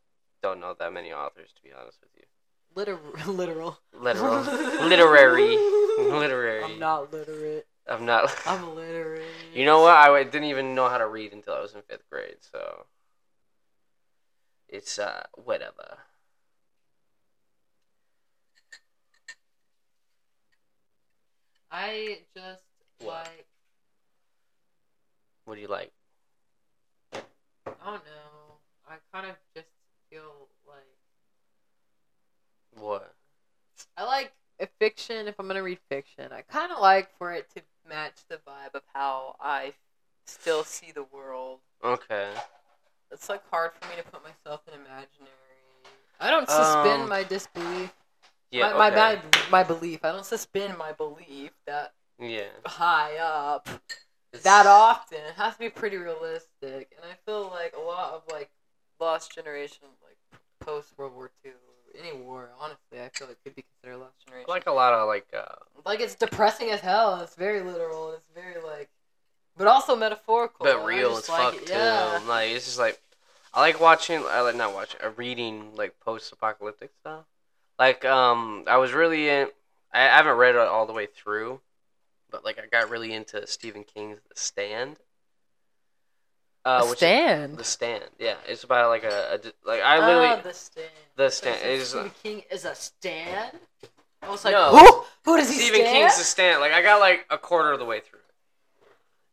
[SPEAKER 1] don't know that many authors to be honest with you.
[SPEAKER 2] Liter- literal.
[SPEAKER 1] literal literary literary
[SPEAKER 2] I'm not literate.
[SPEAKER 1] i'm not
[SPEAKER 2] I'm illiterate.
[SPEAKER 1] you know what i w- didn't even know how to read until i was in fifth grade so it's uh whatever
[SPEAKER 2] I just
[SPEAKER 1] What?
[SPEAKER 2] like
[SPEAKER 1] what do you like
[SPEAKER 2] I don't know. I kind of just feel like
[SPEAKER 1] what
[SPEAKER 2] I like a fiction. If I'm gonna read fiction, I kind of like for it to match the vibe of how I still see the world.
[SPEAKER 1] okay
[SPEAKER 2] It's like hard for me to put myself in imaginary. I don't suspend
[SPEAKER 1] Um,
[SPEAKER 2] my disbelief.
[SPEAKER 1] yeah
[SPEAKER 2] my, my,
[SPEAKER 1] okay.
[SPEAKER 2] my my belief. I don't suspend my belief that
[SPEAKER 1] yeah
[SPEAKER 2] high up
[SPEAKER 1] It's-
[SPEAKER 2] that often. It has to be pretty realistic, and I feel like a lot of like Lost Generation, like post World War II, any war. Honestly, I feel it could be considered Lost Generation.
[SPEAKER 1] I like a lot of like uh
[SPEAKER 2] like it's depressing as hell. and It's very literal. And it's very like, but also metaphorical. and
[SPEAKER 1] but
[SPEAKER 2] I
[SPEAKER 1] real as
[SPEAKER 2] just like
[SPEAKER 1] fuck
[SPEAKER 2] it.
[SPEAKER 1] too
[SPEAKER 2] Yeah.
[SPEAKER 1] like it's just like i like watching i like not watching uh, reading like post-apocalyptic stuff like um i was really in i, I haven't read it all the way through but like i got really into stephen king's the stand uh which
[SPEAKER 2] stand.
[SPEAKER 1] the stand yeah it's about like a, a d- like i literally
[SPEAKER 2] oh, the stand.
[SPEAKER 1] The Stand
[SPEAKER 2] So
[SPEAKER 1] is-
[SPEAKER 2] Stephen King is a stand. I was like,
[SPEAKER 1] No.
[SPEAKER 2] who? Who does he
[SPEAKER 1] stephen
[SPEAKER 2] stand?
[SPEAKER 1] king's the stand like i got like a quarter of the way through it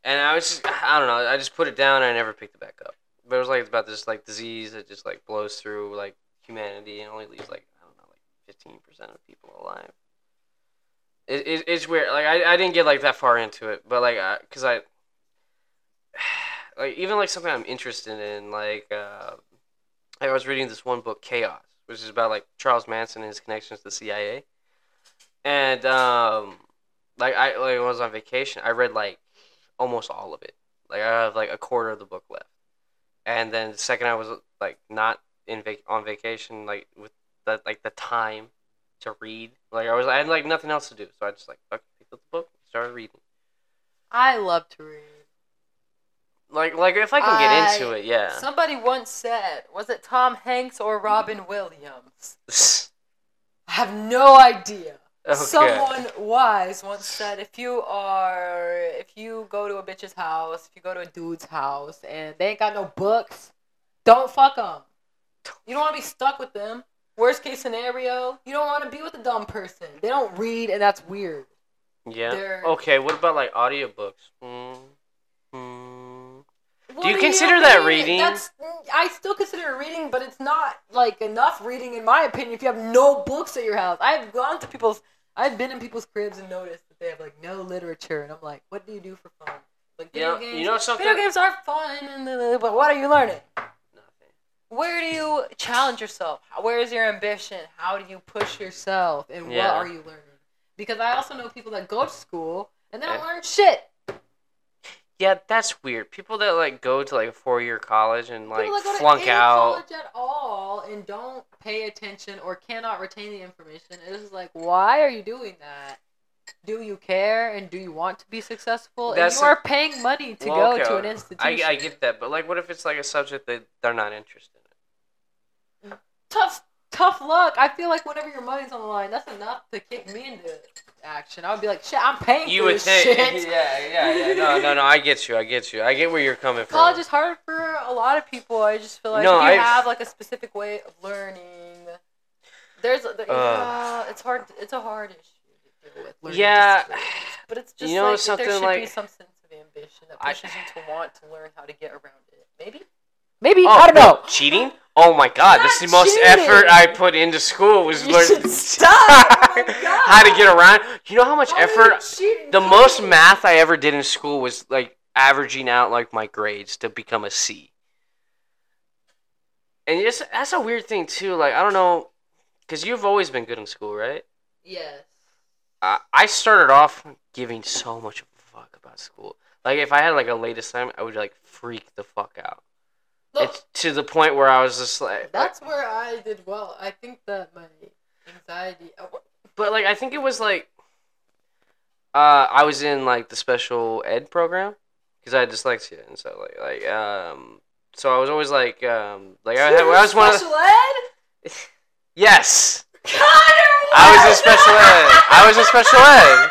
[SPEAKER 1] And I was just, I don't know, I just put it down and I never picked it back up. But it was like about this like disease that just like blows through like humanity and only leaves like I don't know like fifteen percent of people alive. It, it, it's weird. Like I, I didn't get like that far into it, but like I, cause I like even like something I'm interested in like uh, I was reading this one book Chaos, which is about like Charles Manson and his connections to the CIA, and um like I like when I was on vacation, I read like almost all of it. Like I have like a quarter of the book left, and then the second I was like not in vac- on vacation, like with the like the time to read, like I was I had like nothing else to do, so I just like fuck, picked up the book, started reading.
[SPEAKER 2] I love to read.
[SPEAKER 1] Like like if I can get
[SPEAKER 2] I-
[SPEAKER 1] into it, yeah.
[SPEAKER 2] Somebody once said, was it Tom Hanks or Robin Williams? I have no idea.
[SPEAKER 1] okay.
[SPEAKER 2] Someone wise once said, if you are, if you go to a bitch's house, if you go to a dude's house, and they ain't got no books, don't fuck them. You don't want to be stuck with them. Worst case scenario, you don't want to be with a dumb person. They don't read, and that's weird.
[SPEAKER 1] Yeah.
[SPEAKER 2] They're-
[SPEAKER 1] Okay, what about like audiobooks? Mm. Mm.
[SPEAKER 2] What
[SPEAKER 1] you consider that reading?
[SPEAKER 2] That's I still consider it reading, but it's not like enough reading in my opinion. If you have no books at your house, I've gone to people's, I've been in people's cribs and noticed that they have like no literature, and I'm like, what do you do for fun? Like
[SPEAKER 1] You
[SPEAKER 2] video
[SPEAKER 1] know,
[SPEAKER 2] games.
[SPEAKER 1] you know something?
[SPEAKER 2] video games are fun, and blah, blah, blah, but what are you learning?
[SPEAKER 1] Nothing.
[SPEAKER 2] Where do you challenge yourself? Where is your ambition? How do you push yourself? And
[SPEAKER 1] Yeah.
[SPEAKER 2] what are you learning? Because I also know people that go to school and they don't
[SPEAKER 1] Yeah.
[SPEAKER 2] learn shit.
[SPEAKER 1] Yeah, that's weird. People that like go to like a four year college and like
[SPEAKER 2] People that go to
[SPEAKER 1] flunk
[SPEAKER 2] any
[SPEAKER 1] out.
[SPEAKER 2] college at all and don't pay attention or cannot retain the information. It's just like, why are you doing that? Do you care and do you want to be successful?
[SPEAKER 1] That's
[SPEAKER 2] and you
[SPEAKER 1] a-
[SPEAKER 2] are paying money to
[SPEAKER 1] Well,
[SPEAKER 2] go to an
[SPEAKER 1] okay,
[SPEAKER 2] institution.
[SPEAKER 1] I, I get that, but like, what if it's like a subject that they're not interested in?
[SPEAKER 2] tough, tough luck. I feel like whenever your money's on the line, that's enough to kick me into action. I would be like, shit, I'm paying
[SPEAKER 1] You
[SPEAKER 2] for
[SPEAKER 1] would
[SPEAKER 2] this
[SPEAKER 1] think.
[SPEAKER 2] shit.
[SPEAKER 1] Yeah, yeah, yeah. No, no, no. I get you. I get you. I get where you're coming from.
[SPEAKER 2] College is hard for a lot of people. I just feel like
[SPEAKER 1] No,
[SPEAKER 2] if you
[SPEAKER 1] I-
[SPEAKER 2] have like a specific way of learning, there's
[SPEAKER 1] Uh.
[SPEAKER 2] there,
[SPEAKER 1] Ugh.
[SPEAKER 2] yeah, it's hard. It's a hard issue to deal with. learning
[SPEAKER 1] Yeah.
[SPEAKER 2] disabilities. but it's just
[SPEAKER 1] You know
[SPEAKER 2] like
[SPEAKER 1] something
[SPEAKER 2] there should be
[SPEAKER 1] like-
[SPEAKER 2] some sense of ambition that
[SPEAKER 1] I-
[SPEAKER 2] pushes you to want to learn how to get around it. Maybe, maybe I don't
[SPEAKER 1] no,
[SPEAKER 2] know.
[SPEAKER 1] Oh, Cheating? Oh my god, that's the
[SPEAKER 2] Not
[SPEAKER 1] most
[SPEAKER 2] cheating.
[SPEAKER 1] effort I put into school was
[SPEAKER 2] You
[SPEAKER 1] learn-
[SPEAKER 2] should stop. Oh my God.
[SPEAKER 1] how to get around. You know how much
[SPEAKER 2] How are you
[SPEAKER 1] effort
[SPEAKER 2] cheating?
[SPEAKER 1] the most math I ever did in school was like averaging out like my grades to become a C. And just that's a weird thing too. Like I don't know, because you've always been good in school, right?
[SPEAKER 2] Yes.
[SPEAKER 1] I, I started off giving so much of a fuck about school. Like if I had like a late assignment, I would like freak the fuck out.
[SPEAKER 2] Look,
[SPEAKER 1] It's to the point where I was just like,
[SPEAKER 2] That's where I did well. I think that my anxiety. uh, what-
[SPEAKER 1] but like I think it was like uh I was in like the special ed program because I had dyslexia and so like like um so I was always like um like I, had, I was one of the,
[SPEAKER 2] Special ed?
[SPEAKER 1] yes
[SPEAKER 2] Connor,
[SPEAKER 1] I was in
[SPEAKER 2] what?
[SPEAKER 1] special ed I was in special ed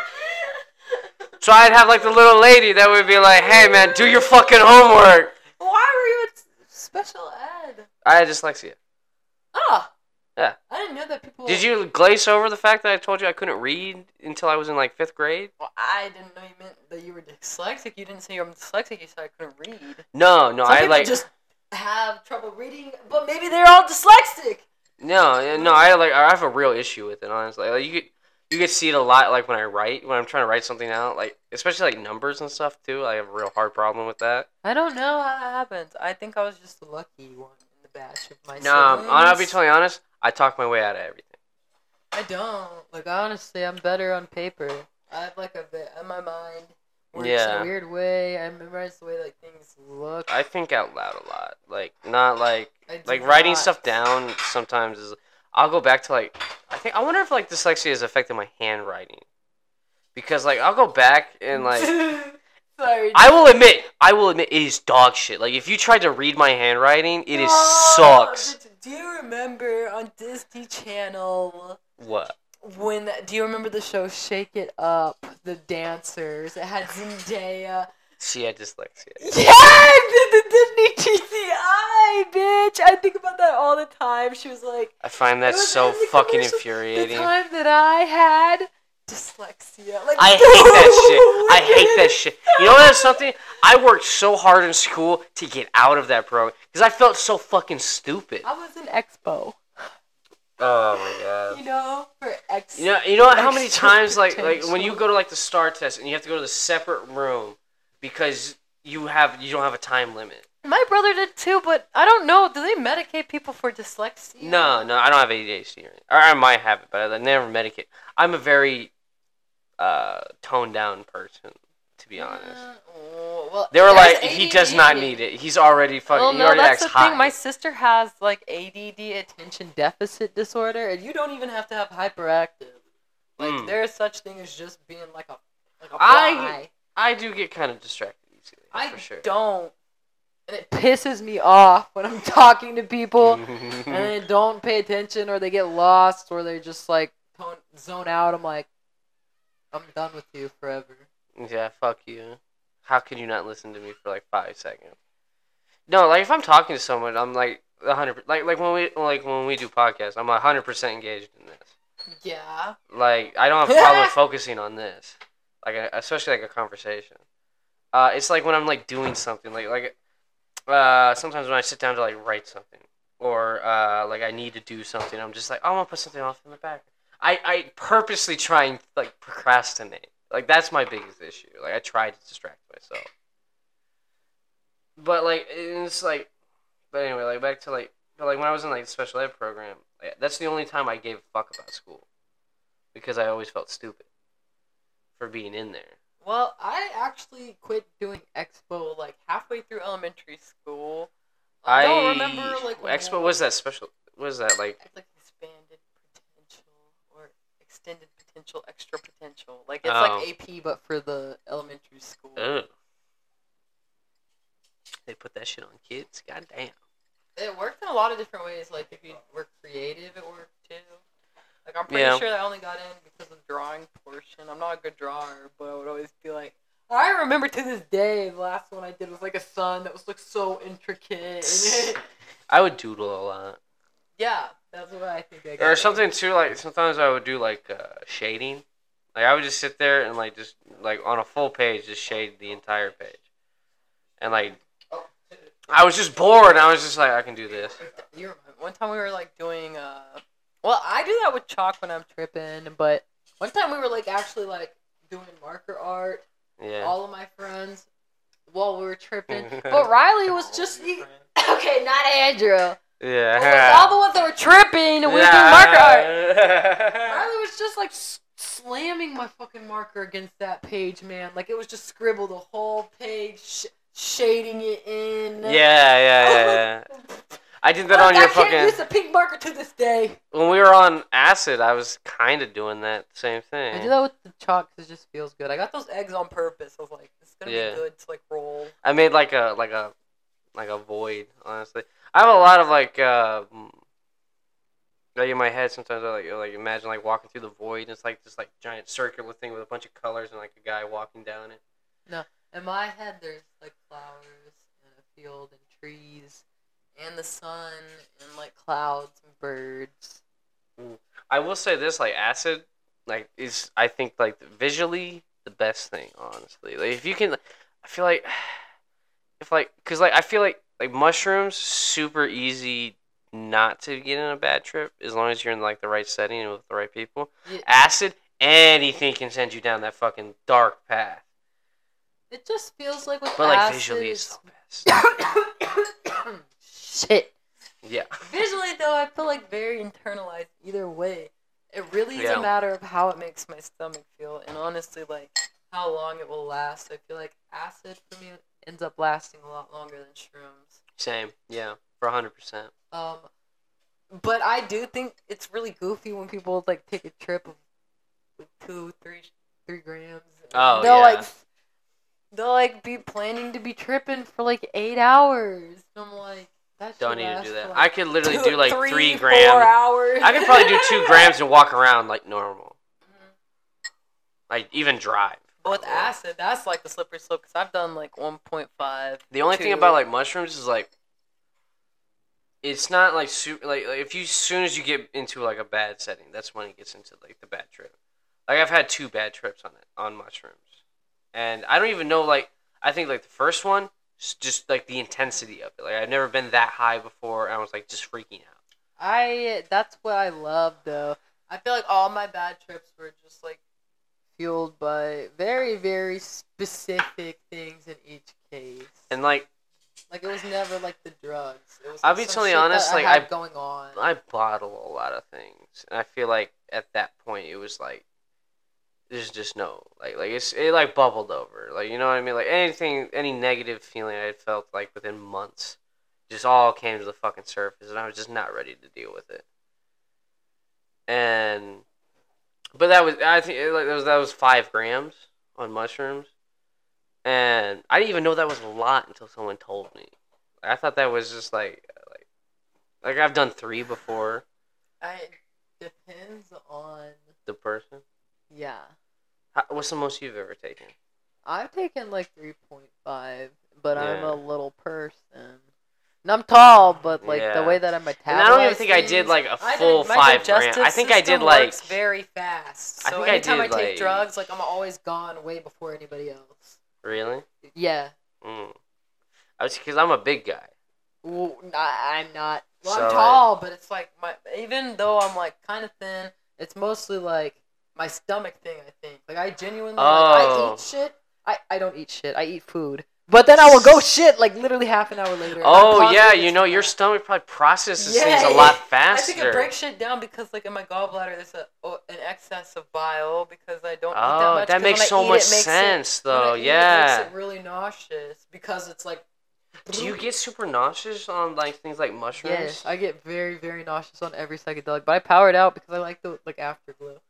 [SPEAKER 1] so I'd have like the little lady that would be like hey man do your fucking homework
[SPEAKER 2] Why were you in special ed?
[SPEAKER 1] I had dyslexia
[SPEAKER 2] Oh.
[SPEAKER 1] Yeah.
[SPEAKER 2] I didn't know that people.
[SPEAKER 1] did you glaze over the fact that I told you I couldn't read until I was in like fifth grade
[SPEAKER 2] Well, I didn't know you meant that you were dyslexic. You didn't say you're dyslexic. You said I couldn't read.
[SPEAKER 1] no no
[SPEAKER 2] Some
[SPEAKER 1] I
[SPEAKER 2] people
[SPEAKER 1] like
[SPEAKER 2] just have trouble reading, but maybe they're all dyslexic.
[SPEAKER 1] No, yeah, no, I like I have a real issue with it. Honestly, like you could, you could see it a lot. Like when I write, when I'm trying to write something out, like especially like numbers and stuff too. I have a real hard problem with that.
[SPEAKER 2] I don't know how that happens. I think I was just the lucky one in the batch of my
[SPEAKER 1] No, I'm- I'll be totally honest. I talk my way out of everything.
[SPEAKER 2] I don't. Like honestly, I'm better on paper. I have like a bit in my mind works in
[SPEAKER 1] Yeah.
[SPEAKER 2] a weird way. I memorize the way like things look.
[SPEAKER 1] I think out loud a lot. Like not like
[SPEAKER 2] I do
[SPEAKER 1] like writing
[SPEAKER 2] not-
[SPEAKER 1] stuff down sometimes is. I'll go back to like I think I wonder if like dyslexia has affected my handwriting, because like I'll go back and like.
[SPEAKER 2] Sorry.
[SPEAKER 1] I will admit, I will admit, it is dog shit. Like if you tried to read my handwriting, it is
[SPEAKER 2] Oh,
[SPEAKER 1] sucks.
[SPEAKER 2] but Do you remember on Disney Channel
[SPEAKER 1] What?
[SPEAKER 2] when? Do you remember the show Shake It Up? The dancers. It had Zendaya.
[SPEAKER 1] She had dyslexia.
[SPEAKER 2] Yeah, I did the Disney TCI, bitch. I think about that all the time. She was like.
[SPEAKER 1] I find that
[SPEAKER 2] It was
[SPEAKER 1] so
[SPEAKER 2] in the
[SPEAKER 1] fucking
[SPEAKER 2] commercial.
[SPEAKER 1] infuriating.
[SPEAKER 2] The time that I had dyslexia. Like
[SPEAKER 1] I hate that shit. I hate that shit. You know that's something? I worked so hard in school to get out of that program because I felt so fucking stupid.
[SPEAKER 2] I was in expo.
[SPEAKER 1] Oh my god.
[SPEAKER 2] You know, for ex.
[SPEAKER 1] You know, you know how many
[SPEAKER 2] Extra
[SPEAKER 1] times like like when you
[SPEAKER 2] potential.
[SPEAKER 1] go to like the star test and you have to go to the separate room because you have you don't have a time limit.
[SPEAKER 2] My brother did too, but I don't know. Do they medicate people for dyslexia?
[SPEAKER 1] No, no, I don't have ADHD or anything. Or I might have it, but I never medicate. I'm a very uh, toned down person, to be honest.
[SPEAKER 2] Mm, oh, well,
[SPEAKER 1] They were like,
[SPEAKER 2] there's
[SPEAKER 1] he does not
[SPEAKER 2] ADD.
[SPEAKER 1] need it. He's already fucking.
[SPEAKER 2] Well,
[SPEAKER 1] he
[SPEAKER 2] no,
[SPEAKER 1] already
[SPEAKER 2] that's the
[SPEAKER 1] acts high.
[SPEAKER 2] thing. My sister has like ADD, attention deficit disorder, and you don't even have to have hyperactive. Like
[SPEAKER 1] Mm.
[SPEAKER 2] there is such thing as just being like a like a
[SPEAKER 1] I-
[SPEAKER 2] fly.
[SPEAKER 1] I do get kind of distracted easily.
[SPEAKER 2] I
[SPEAKER 1] for sure.
[SPEAKER 2] don't, and it pisses me off when I'm talking to people and they don't pay attention or they get lost or they just like tone, zone out. I'm like, I'm done with you forever.
[SPEAKER 1] yeah, fuck you. How could you not listen to me for like five seconds? No, like if I'm talking to someone, I'm like a hundred. Like like when we like when we do podcasts, I'm a hundred percent engaged in this.
[SPEAKER 2] Yeah.
[SPEAKER 1] Like I don't have a problem focusing on this, like uh, especially like a conversation. Uh, it's like when I'm like doing something, like like uh, sometimes when I sit down to like write something or uh, like I need to do something, I'm just like oh, I'm gonna put something off in the back. I I purposely try and like procrastinate. Like that's my biggest issue. Like I try to distract myself, but like it's like, but anyway, like back to like, but like when I was in like the special ed program, like, that's the only time I gave a fuck about school because I always felt stupid for being in there.
[SPEAKER 2] Well, I actually quit doing expo like halfway through elementary school. I, don't remember like
[SPEAKER 1] Expo.
[SPEAKER 2] when-
[SPEAKER 1] What was that special? What was that like?
[SPEAKER 2] It's like expanded potential or extended potential, extra potential. Like it's
[SPEAKER 1] Oh.
[SPEAKER 2] like AP but for the elementary school.
[SPEAKER 1] Ugh. They put that shit on kids. God damn.
[SPEAKER 2] It worked in a lot of different ways. Like if you were creative, it worked too. Like I'm pretty
[SPEAKER 1] Yeah.
[SPEAKER 2] sure that I only got in because of the drawing portion. I'm not a good drawer, but I would always be like. I remember to this day, the last one I did was like a sun that was like so intricate.
[SPEAKER 1] I would doodle a lot,
[SPEAKER 2] Yeah, that's what I think. I got
[SPEAKER 1] or something too. Like sometimes I would do like uh, shading. Like I would just sit there and like just like on a full page, just shade the entire page, and like I was just bored. And I was just like, I can do this.
[SPEAKER 2] You remember one time we were like doing uh, well, I do that with chalk when I'm tripping, but one time we were like actually like doing marker art.
[SPEAKER 1] Yeah.
[SPEAKER 2] All of my friends, while we were tripping, but Riley was just the, okay, not Andrew. But
[SPEAKER 1] Yeah.
[SPEAKER 2] like, all the ones that were tripping, and we were doing marker art.
[SPEAKER 1] art.
[SPEAKER 2] Riley was just like s- slamming my fucking marker against that page, man. Like it was just scribbled the whole page, sh- shading it in.
[SPEAKER 1] Yeah, yeah, yeah, yeah. I did that
[SPEAKER 2] Look,
[SPEAKER 1] on your
[SPEAKER 2] I can't use
[SPEAKER 1] fucking.
[SPEAKER 2] a pink marker to this day.
[SPEAKER 1] When we were on acid, I was kind of doing that same thing.
[SPEAKER 2] I do that with the chalk because it just feels good. I got those eggs on purpose. I was like, it's gonna
[SPEAKER 1] Yeah.
[SPEAKER 2] be good to like roll.
[SPEAKER 1] I made like a like a like a void. Honestly, I have a lot of like uh, mm, like in my head. Sometimes I like like imagine like walking through the void. And it's like this like giant circular thing with a bunch of colors and like a guy walking down it.
[SPEAKER 2] In my head, there's like flowers and a field and trees and the sun and like clouds and birds.
[SPEAKER 1] I will say this, like acid, like is I think like visually the best thing, honestly. Like if you can, I feel like if like because like I feel like like mushrooms super easy not to get in a bad trip as long as you're in like the right setting and with the right people.
[SPEAKER 2] Yeah.
[SPEAKER 1] Acid, anything can send you down that fucking dark path.
[SPEAKER 2] It just feels like with
[SPEAKER 1] But like
[SPEAKER 2] acid,
[SPEAKER 1] visually, it's
[SPEAKER 2] it's-
[SPEAKER 1] the best.
[SPEAKER 2] shit.
[SPEAKER 1] yeah.
[SPEAKER 2] Visually though, I feel like very internalized either way. It really is
[SPEAKER 1] Yeah.
[SPEAKER 2] a matter of how it makes my stomach feel and honestly like how long it will last. I feel like acid for me ends up lasting a lot longer than shrooms.
[SPEAKER 1] Same. Yeah. For hundred percent.
[SPEAKER 2] Um but I do think it's really goofy when people like take a trip of with two, three three grams.
[SPEAKER 1] Oh,
[SPEAKER 2] they'll
[SPEAKER 1] yeah.
[SPEAKER 2] like they'll like be planning to be tripping for like eight hours. And I'm like that should
[SPEAKER 1] Don't need to
[SPEAKER 2] last
[SPEAKER 1] do
[SPEAKER 2] for,
[SPEAKER 1] that.
[SPEAKER 2] like,
[SPEAKER 1] I could literally do like three,
[SPEAKER 2] four
[SPEAKER 1] grams.
[SPEAKER 2] hours.
[SPEAKER 1] I could probably do two grams and walk around like normal. Like even drive.
[SPEAKER 2] But with
[SPEAKER 1] probably.
[SPEAKER 2] acid, that's like the slippery slope because I've done like 1.5.
[SPEAKER 1] The only thing
[SPEAKER 2] two.
[SPEAKER 1] about like mushrooms is like it's not like super like, like, if you soon as you get into like a bad setting, that's when it gets into like the bad trip. Like I've had two bad trips on it on mushrooms, and I don't even know. Like I think like the first one, s- just like the intensity of it. Like I've never been that high before. and I was like just freaking out.
[SPEAKER 2] I that's what I love though. I feel like all my bad trips were just like fueled by very very specific things in each case.
[SPEAKER 1] And like
[SPEAKER 2] like it was never like the drugs. It was.
[SPEAKER 1] I'll
[SPEAKER 2] like,
[SPEAKER 1] be
[SPEAKER 2] some
[SPEAKER 1] totally
[SPEAKER 2] shit that
[SPEAKER 1] honest,
[SPEAKER 2] I
[SPEAKER 1] like,
[SPEAKER 2] had
[SPEAKER 1] I-
[SPEAKER 2] going on.
[SPEAKER 1] I bottle a lot of things, and I feel like at that point it was like there's just no like like it's it like bubbled over. Like you know what I mean? Like anything, any negative feeling I had felt like within months, just all came to the fucking surface, and I was just not ready to deal with it. And but that was I think it, like that was that was five grams on mushrooms, and I didn't even know that was a lot until someone told me. I thought that was just like like like I've done three before
[SPEAKER 2] I, it depends on
[SPEAKER 1] the person.
[SPEAKER 2] yeah.
[SPEAKER 1] How, what's the most you've ever taken?
[SPEAKER 2] I've taken like three point five, but I'm
[SPEAKER 1] Yeah.
[SPEAKER 2] a little person. And I'm tall, but like
[SPEAKER 1] Yeah.
[SPEAKER 2] the way that I metabolize.
[SPEAKER 1] And I don't even think I did
[SPEAKER 2] things-
[SPEAKER 1] like a
[SPEAKER 2] I
[SPEAKER 1] full
[SPEAKER 2] did- my
[SPEAKER 1] five grams.
[SPEAKER 2] digestive
[SPEAKER 1] I think I did
[SPEAKER 2] system
[SPEAKER 1] like
[SPEAKER 2] works very fast. So
[SPEAKER 1] I think I
[SPEAKER 2] anytime I,
[SPEAKER 1] did,
[SPEAKER 2] take
[SPEAKER 1] like-
[SPEAKER 2] drugs, like I'm always gone way before anybody else.
[SPEAKER 1] really.
[SPEAKER 2] Yeah,
[SPEAKER 1] Mm. I was because I'm a big guy.
[SPEAKER 2] well, I, I'm not. Well,
[SPEAKER 1] So,
[SPEAKER 2] I'm
[SPEAKER 1] like-
[SPEAKER 2] tall, but it's like my even though I'm like kind of thin, it's mostly like my stomach thing. I think like I genuinely like, I
[SPEAKER 1] Oh.
[SPEAKER 2] eat shit. I I don't eat shit. I eat food. But then I will go shit like literally half an hour later. and I'm
[SPEAKER 1] Oh
[SPEAKER 2] constantly
[SPEAKER 1] yeah,
[SPEAKER 2] just
[SPEAKER 1] you know
[SPEAKER 2] like
[SPEAKER 1] your
[SPEAKER 2] that.
[SPEAKER 1] stomach probably processes
[SPEAKER 2] Yeah,
[SPEAKER 1] things a
[SPEAKER 2] yeah.
[SPEAKER 1] lot
[SPEAKER 2] I
[SPEAKER 1] faster.
[SPEAKER 2] think it breaks shit down because, like, in my gallbladder, there's a, oh, an excess of bile because I don't eat that
[SPEAKER 1] oh,
[SPEAKER 2] much.
[SPEAKER 1] that
[SPEAKER 2] 'cause
[SPEAKER 1] makes
[SPEAKER 2] when I
[SPEAKER 1] so
[SPEAKER 2] eat, it
[SPEAKER 1] much
[SPEAKER 2] makes it-
[SPEAKER 1] sense,
[SPEAKER 2] when I
[SPEAKER 1] though.
[SPEAKER 2] eat,
[SPEAKER 1] yeah.
[SPEAKER 2] It makes it really nauseous because it's like.
[SPEAKER 1] Do you get super nauseous on like things like mushrooms?
[SPEAKER 2] Yes, I get very, very nauseous on every psychedelic, but I powered out because I like the like afterglow.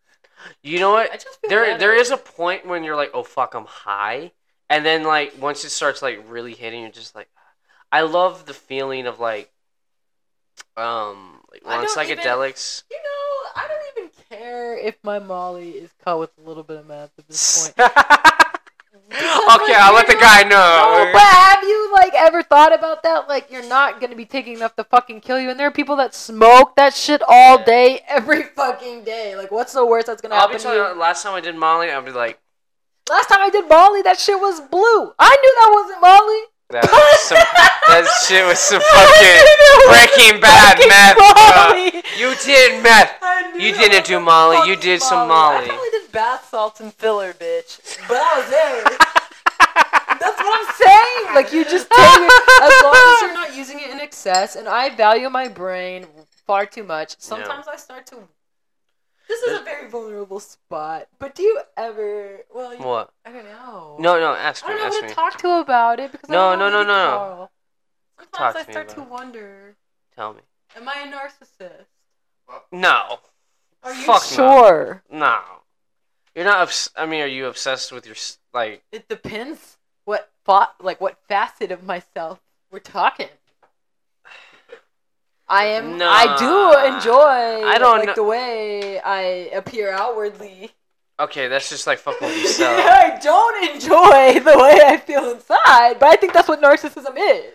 [SPEAKER 1] you know what?
[SPEAKER 2] I just feel
[SPEAKER 1] There,
[SPEAKER 2] better.
[SPEAKER 1] there is a point when you're like, oh fuck, I'm high, and then like once it starts like really hitting, you're just like, I love the feeling of like, um, like
[SPEAKER 2] I
[SPEAKER 1] on
[SPEAKER 2] don't even-
[SPEAKER 1] psychedelics.
[SPEAKER 2] You know, I don't even care if my Molly is caught with a little bit of meth at this point.
[SPEAKER 1] okay, I'll let the guy
[SPEAKER 2] No,
[SPEAKER 1] know.
[SPEAKER 2] but have you like ever thought about that? Like, you're not gonna be taking enough to fucking kill you. And there are people that smoke that shit all
[SPEAKER 1] Yeah.
[SPEAKER 2] day, every fucking day. Like, what's the worst that's gonna
[SPEAKER 1] I'll be
[SPEAKER 2] happen? To
[SPEAKER 1] telling you,
[SPEAKER 2] you?
[SPEAKER 1] last time I did Molly, I'll be like,
[SPEAKER 2] Last time I did Molly, that shit was blue. I knew that wasn't Molly.
[SPEAKER 1] that, was some, that shit was some fucking Breaking Bad
[SPEAKER 2] Fucking
[SPEAKER 1] meth. bro.
[SPEAKER 2] Molly.
[SPEAKER 1] You did meth.
[SPEAKER 2] I knew
[SPEAKER 1] You
[SPEAKER 2] that
[SPEAKER 1] didn't do
[SPEAKER 2] wasn't
[SPEAKER 1] Molly, you
[SPEAKER 2] fucking
[SPEAKER 1] did some Molly.
[SPEAKER 2] I probably did bath salts and filler, bitch. But I was there. That's what I'm saying. Like you just take it as long as you're not using it in excess. And I value my brain far too much. Sometimes I start to. This is a very vulnerable spot. But do you ever? Well, you,
[SPEAKER 1] What?
[SPEAKER 2] I don't know.
[SPEAKER 1] No, no, ask
[SPEAKER 2] I
[SPEAKER 1] me,
[SPEAKER 2] don't know
[SPEAKER 1] ask
[SPEAKER 2] who to
[SPEAKER 1] me.
[SPEAKER 2] talk to about it because
[SPEAKER 1] No,
[SPEAKER 2] I don't know
[SPEAKER 1] no,
[SPEAKER 2] who
[SPEAKER 1] no,
[SPEAKER 2] to
[SPEAKER 1] no, no.
[SPEAKER 2] call.
[SPEAKER 1] Talk
[SPEAKER 2] Sometimes
[SPEAKER 1] to
[SPEAKER 2] I
[SPEAKER 1] me
[SPEAKER 2] start
[SPEAKER 1] about
[SPEAKER 2] to
[SPEAKER 1] it.
[SPEAKER 2] wonder:
[SPEAKER 1] Tell me.
[SPEAKER 2] Am I a narcissist?
[SPEAKER 1] No.
[SPEAKER 2] Are you
[SPEAKER 1] Fuck no.
[SPEAKER 2] sure?
[SPEAKER 1] No. You're not. Obs- I mean, are you obsessed with your s- like?
[SPEAKER 2] It depends what fa- like what facet of myself we're talking. I am. I do
[SPEAKER 1] Nah.
[SPEAKER 2] enjoy.
[SPEAKER 1] I don't
[SPEAKER 2] like
[SPEAKER 1] kno-
[SPEAKER 2] the way I appear outwardly.
[SPEAKER 1] Okay, that's just like fucking with yourself.
[SPEAKER 2] I don't enjoy the way I feel inside, but I think that's what narcissism is.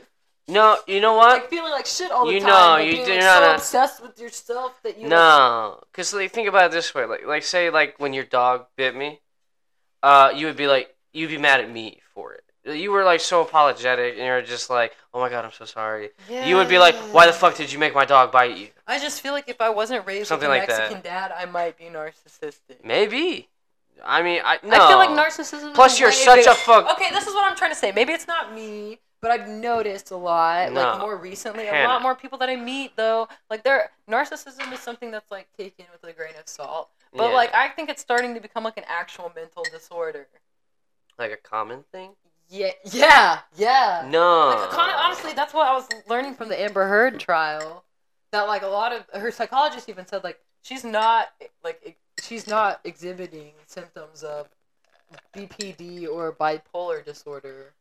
[SPEAKER 1] No, you know what?
[SPEAKER 2] Like feeling like shit all the
[SPEAKER 1] Uh, You
[SPEAKER 2] time.
[SPEAKER 1] know,
[SPEAKER 2] like
[SPEAKER 1] you
[SPEAKER 2] being,
[SPEAKER 1] do-
[SPEAKER 2] like,
[SPEAKER 1] you're
[SPEAKER 2] so
[SPEAKER 1] not a-
[SPEAKER 2] obsessed with yourself that you.
[SPEAKER 1] No, because like think about it this way. Like, like say like when your dog bit me, uh, you would be like, you'd be mad at me for it. You were like so apologetic, and you're just like, oh my god, I'm so sorry. You would be like, why the fuck did you make my dog bite you?
[SPEAKER 2] I just feel like if I wasn't raised
[SPEAKER 1] Something
[SPEAKER 2] with a
[SPEAKER 1] like that.
[SPEAKER 2] Mexican dad, I might be narcissistic.
[SPEAKER 1] Maybe. I mean, I no.
[SPEAKER 2] I feel like narcissism. Oh, is
[SPEAKER 1] Plus,
[SPEAKER 2] a
[SPEAKER 1] you're
[SPEAKER 2] way
[SPEAKER 1] such
[SPEAKER 2] to-
[SPEAKER 1] a fuck.
[SPEAKER 2] Okay, this is what I'm trying to say. Maybe it's not me, but I've noticed a lot,
[SPEAKER 1] No.
[SPEAKER 2] like more recently, a
[SPEAKER 1] Hannah.
[SPEAKER 2] lot more people that I meet though, like their narcissism is something that's like taken with a grain of salt. But
[SPEAKER 1] Yeah,
[SPEAKER 2] like I think it's starting to become like an actual mental disorder.
[SPEAKER 1] like a common thing.
[SPEAKER 2] Yeah, yeah, yeah.
[SPEAKER 1] No.
[SPEAKER 2] Like, kind of, honestly, that's what I was learning from the Amber Heard trial. That like a lot of her psychologist even said like she's not like ex- she's not exhibiting symptoms of BPD or bipolar disorder.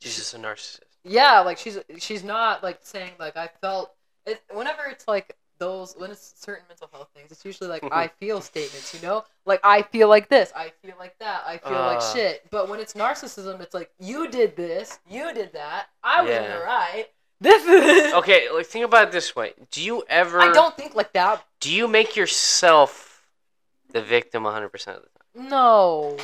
[SPEAKER 1] She's just a narcissist.
[SPEAKER 2] Yeah, like she's she's not like saying like I felt it whenever it's like those when it's certain mental health things it's usually like I feel statements, you know? Like I feel like this, I feel like that, I feel like
[SPEAKER 1] Uh.
[SPEAKER 2] shit. But when it's narcissism, it's like you did this, you did that, I was in
[SPEAKER 1] Yeah.
[SPEAKER 2] the right. This is
[SPEAKER 1] Okay, like think about it this way. Do you ever
[SPEAKER 2] I don't think like that.
[SPEAKER 1] do you make yourself the victim 100% of the time?
[SPEAKER 2] No.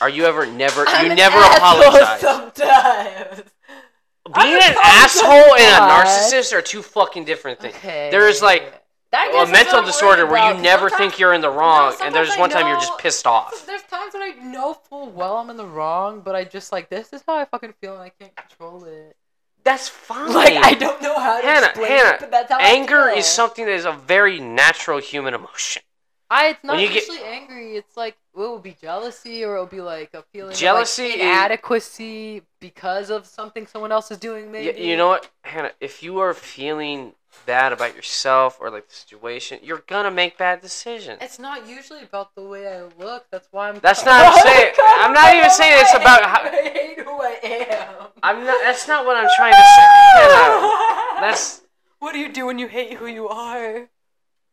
[SPEAKER 1] Are you ever never?
[SPEAKER 2] I'm
[SPEAKER 1] you
[SPEAKER 2] an
[SPEAKER 1] never
[SPEAKER 2] asshole
[SPEAKER 1] apologize.
[SPEAKER 2] Sometimes.
[SPEAKER 1] Being
[SPEAKER 2] I'm
[SPEAKER 1] an
[SPEAKER 2] an
[SPEAKER 1] asshole and a
[SPEAKER 2] apologize.
[SPEAKER 1] narcissist are two fucking different things.
[SPEAKER 2] Okay.
[SPEAKER 1] There is, like,
[SPEAKER 2] That
[SPEAKER 1] Well, a
[SPEAKER 2] gets
[SPEAKER 1] mental
[SPEAKER 2] what I'm
[SPEAKER 1] disorder
[SPEAKER 2] worried
[SPEAKER 1] where
[SPEAKER 2] about,
[SPEAKER 1] you
[SPEAKER 2] 'cause
[SPEAKER 1] never
[SPEAKER 2] sometimes-
[SPEAKER 1] think you're in the wrong, and
[SPEAKER 2] sometimes
[SPEAKER 1] there's
[SPEAKER 2] I
[SPEAKER 1] one time you're just
[SPEAKER 2] know-
[SPEAKER 1] pissed off.
[SPEAKER 2] There's times when I know full well I'm in the wrong, but I just like this is how I fucking feel and I can't control it.
[SPEAKER 1] That's fine.
[SPEAKER 2] Like I don't know how to
[SPEAKER 1] Hannah,
[SPEAKER 2] explain
[SPEAKER 1] Hannah,
[SPEAKER 2] it, but that's how
[SPEAKER 1] Anger
[SPEAKER 2] I feel.
[SPEAKER 1] is something that is a very natural human emotion.
[SPEAKER 2] I, it's not
[SPEAKER 1] when you get-
[SPEAKER 2] usually angry. It's like it will be jealousy, or it'll be like a feeling
[SPEAKER 1] Jealousy is-
[SPEAKER 2] of like, inadequacy because of something someone else is doing.
[SPEAKER 1] Y-
[SPEAKER 2] Maybe
[SPEAKER 1] you know what, Hannah? If you are feeling bad about yourself or like the situation, you're gonna make bad decisions.
[SPEAKER 2] It's not usually about the way I look. That's why I'm. Oh
[SPEAKER 1] That's not what I'm saying. I'm not even saying it's about how-
[SPEAKER 2] I hate who I am.
[SPEAKER 1] I'm not. That's not what I'm trying to say. Hannah, that's
[SPEAKER 2] What do you do when you hate who you are?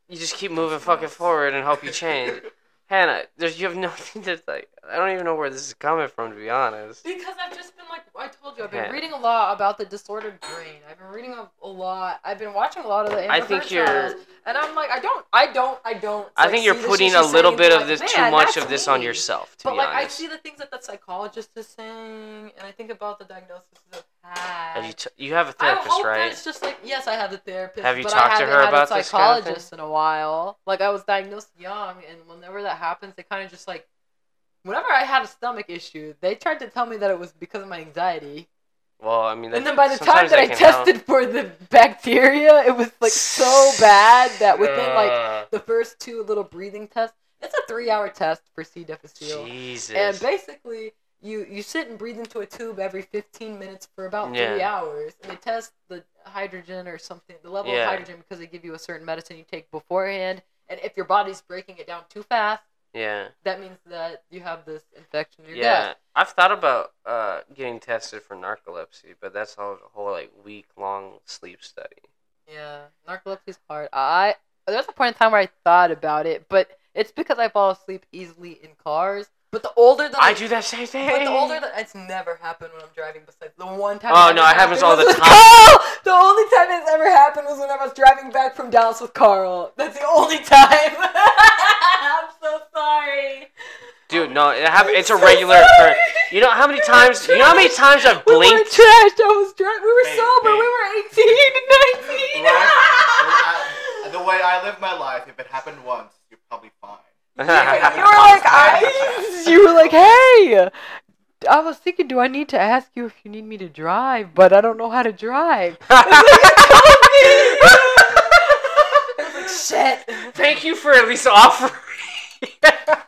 [SPEAKER 1] you just keep moving fucking forward and hope you change. Hannah, there's you have nothing to like. I don't even know where this is coming from, to be honest.
[SPEAKER 2] Because I've just been like I told you, I've been
[SPEAKER 1] Yeah.
[SPEAKER 2] reading a lot about the disordered brain. I've been reading a, a lot. I've been watching a lot of the. Amber
[SPEAKER 1] I think
[SPEAKER 2] Heard
[SPEAKER 1] you're.
[SPEAKER 2] trials, And I'm like, I don't, I don't, I don't.
[SPEAKER 1] I
[SPEAKER 2] like,
[SPEAKER 1] think you're
[SPEAKER 2] see the shit
[SPEAKER 1] putting
[SPEAKER 2] she's
[SPEAKER 1] a
[SPEAKER 2] saying
[SPEAKER 1] little
[SPEAKER 2] and
[SPEAKER 1] bit
[SPEAKER 2] be
[SPEAKER 1] of this
[SPEAKER 2] like,
[SPEAKER 1] too
[SPEAKER 2] "Man,
[SPEAKER 1] much
[SPEAKER 2] that's
[SPEAKER 1] of this on
[SPEAKER 2] me."
[SPEAKER 1] yourself. To
[SPEAKER 2] But
[SPEAKER 1] be
[SPEAKER 2] like, I
[SPEAKER 1] honest,
[SPEAKER 2] see the things that the psychologist is saying, and I think about the diagnosis I've had.
[SPEAKER 1] Have you t- you have a
[SPEAKER 2] I
[SPEAKER 1] therapist,
[SPEAKER 2] hope that
[SPEAKER 1] right?
[SPEAKER 2] it's just like yes, I have a therapist.
[SPEAKER 1] Have you
[SPEAKER 2] but
[SPEAKER 1] talked to
[SPEAKER 2] I haven't
[SPEAKER 1] her
[SPEAKER 2] had
[SPEAKER 1] about
[SPEAKER 2] a
[SPEAKER 1] this kind of
[SPEAKER 2] psychologist in a while? Like I was diagnosed young, and whenever that happens, they kind of just like, whenever I had a stomach issue, they tried to tell me that it was because of my anxiety,
[SPEAKER 1] Well, I mean, that-
[SPEAKER 2] and then by the time
[SPEAKER 1] sometimes
[SPEAKER 2] that I
[SPEAKER 1] can help.
[SPEAKER 2] tested for the bacteria, it was like so bad that within like
[SPEAKER 1] Uh,
[SPEAKER 2] the first two little breathing tests, it's a three-hour test for C. difficile.
[SPEAKER 1] Jesus.
[SPEAKER 2] And basically, you you sit and breathe into a tube every 15 minutes for about three
[SPEAKER 1] Yeah.
[SPEAKER 2] hours, and they test the hydrogen or something, the level
[SPEAKER 1] Yeah.
[SPEAKER 2] of hydrogen, because they give you a certain medicine you take beforehand, and if your body's breaking it down too fast,
[SPEAKER 1] yeah,
[SPEAKER 2] that means that you have this infection. You're
[SPEAKER 1] yeah.
[SPEAKER 2] dead.
[SPEAKER 1] I've thought about uh, getting tested for narcolepsy, but that's all a whole like week long sleep study.
[SPEAKER 2] Yeah, narcolepsy's hard. I there's a point in time where I thought about it, but it's because I fall asleep easily in cars. But the older that
[SPEAKER 1] I do that same thing.
[SPEAKER 2] But the older that it's never happened when I'm driving. Besides the one time.
[SPEAKER 1] Oh,
[SPEAKER 2] ever
[SPEAKER 1] no, it happens
[SPEAKER 2] happened
[SPEAKER 1] all
[SPEAKER 2] was
[SPEAKER 1] the
[SPEAKER 2] with
[SPEAKER 1] time.
[SPEAKER 2] Carl! The only time it's ever happened was when I was driving back from Dallas with Carl. That's the only time. I'm so sorry.
[SPEAKER 1] dude, no, it hap-
[SPEAKER 2] I'm
[SPEAKER 1] It's a
[SPEAKER 2] so
[SPEAKER 1] regular
[SPEAKER 2] sorry.
[SPEAKER 1] occurrence. You know how many times? You know how many times I've
[SPEAKER 2] We were
[SPEAKER 1] blinked?
[SPEAKER 2] trashed. I was drunk. We were
[SPEAKER 3] Babe,
[SPEAKER 2] sober.
[SPEAKER 3] babe.
[SPEAKER 2] We were 18 19.
[SPEAKER 3] Right? the way I live my life, if it happened once, you're probably fine.
[SPEAKER 2] you were like, I, you were like, hey. I was thinking, do I need to ask you if you need me to drive? But I don't know how to drive. Shit.
[SPEAKER 1] Thank you for at least offering.
[SPEAKER 3] I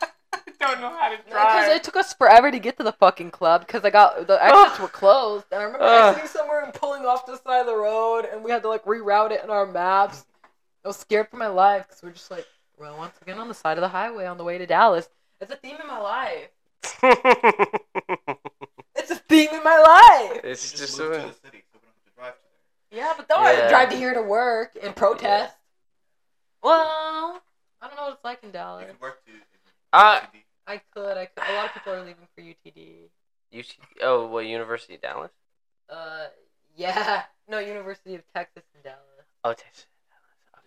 [SPEAKER 3] don't know how to
[SPEAKER 2] Because it took us forever to get to the fucking club because I got the exits were closed and I remember
[SPEAKER 1] Ugh.
[SPEAKER 2] exiting somewhere and pulling off to the side of the road and we had to like reroute it in our maps. I was scared for my life because we're just like, well, once again on the side of the highway on the way to Dallas. It's a theme in my life. It's a theme in my life.
[SPEAKER 1] it's
[SPEAKER 3] just,
[SPEAKER 1] just.
[SPEAKER 3] moved
[SPEAKER 1] a-
[SPEAKER 3] to the city, so we don't have to drive to there.
[SPEAKER 2] Yeah, but though I
[SPEAKER 1] Yeah.
[SPEAKER 2] would drive to here to work and protest. Well, I don't know what it's like in Dallas.
[SPEAKER 3] You could work to.
[SPEAKER 1] Uh,
[SPEAKER 3] to the-
[SPEAKER 2] I could, I could. A lot of people are leaving for UTD.
[SPEAKER 1] UT, oh, what University of Dallas?
[SPEAKER 2] Uh, yeah. No, University of Texas in Dallas.
[SPEAKER 1] Oh, Texas.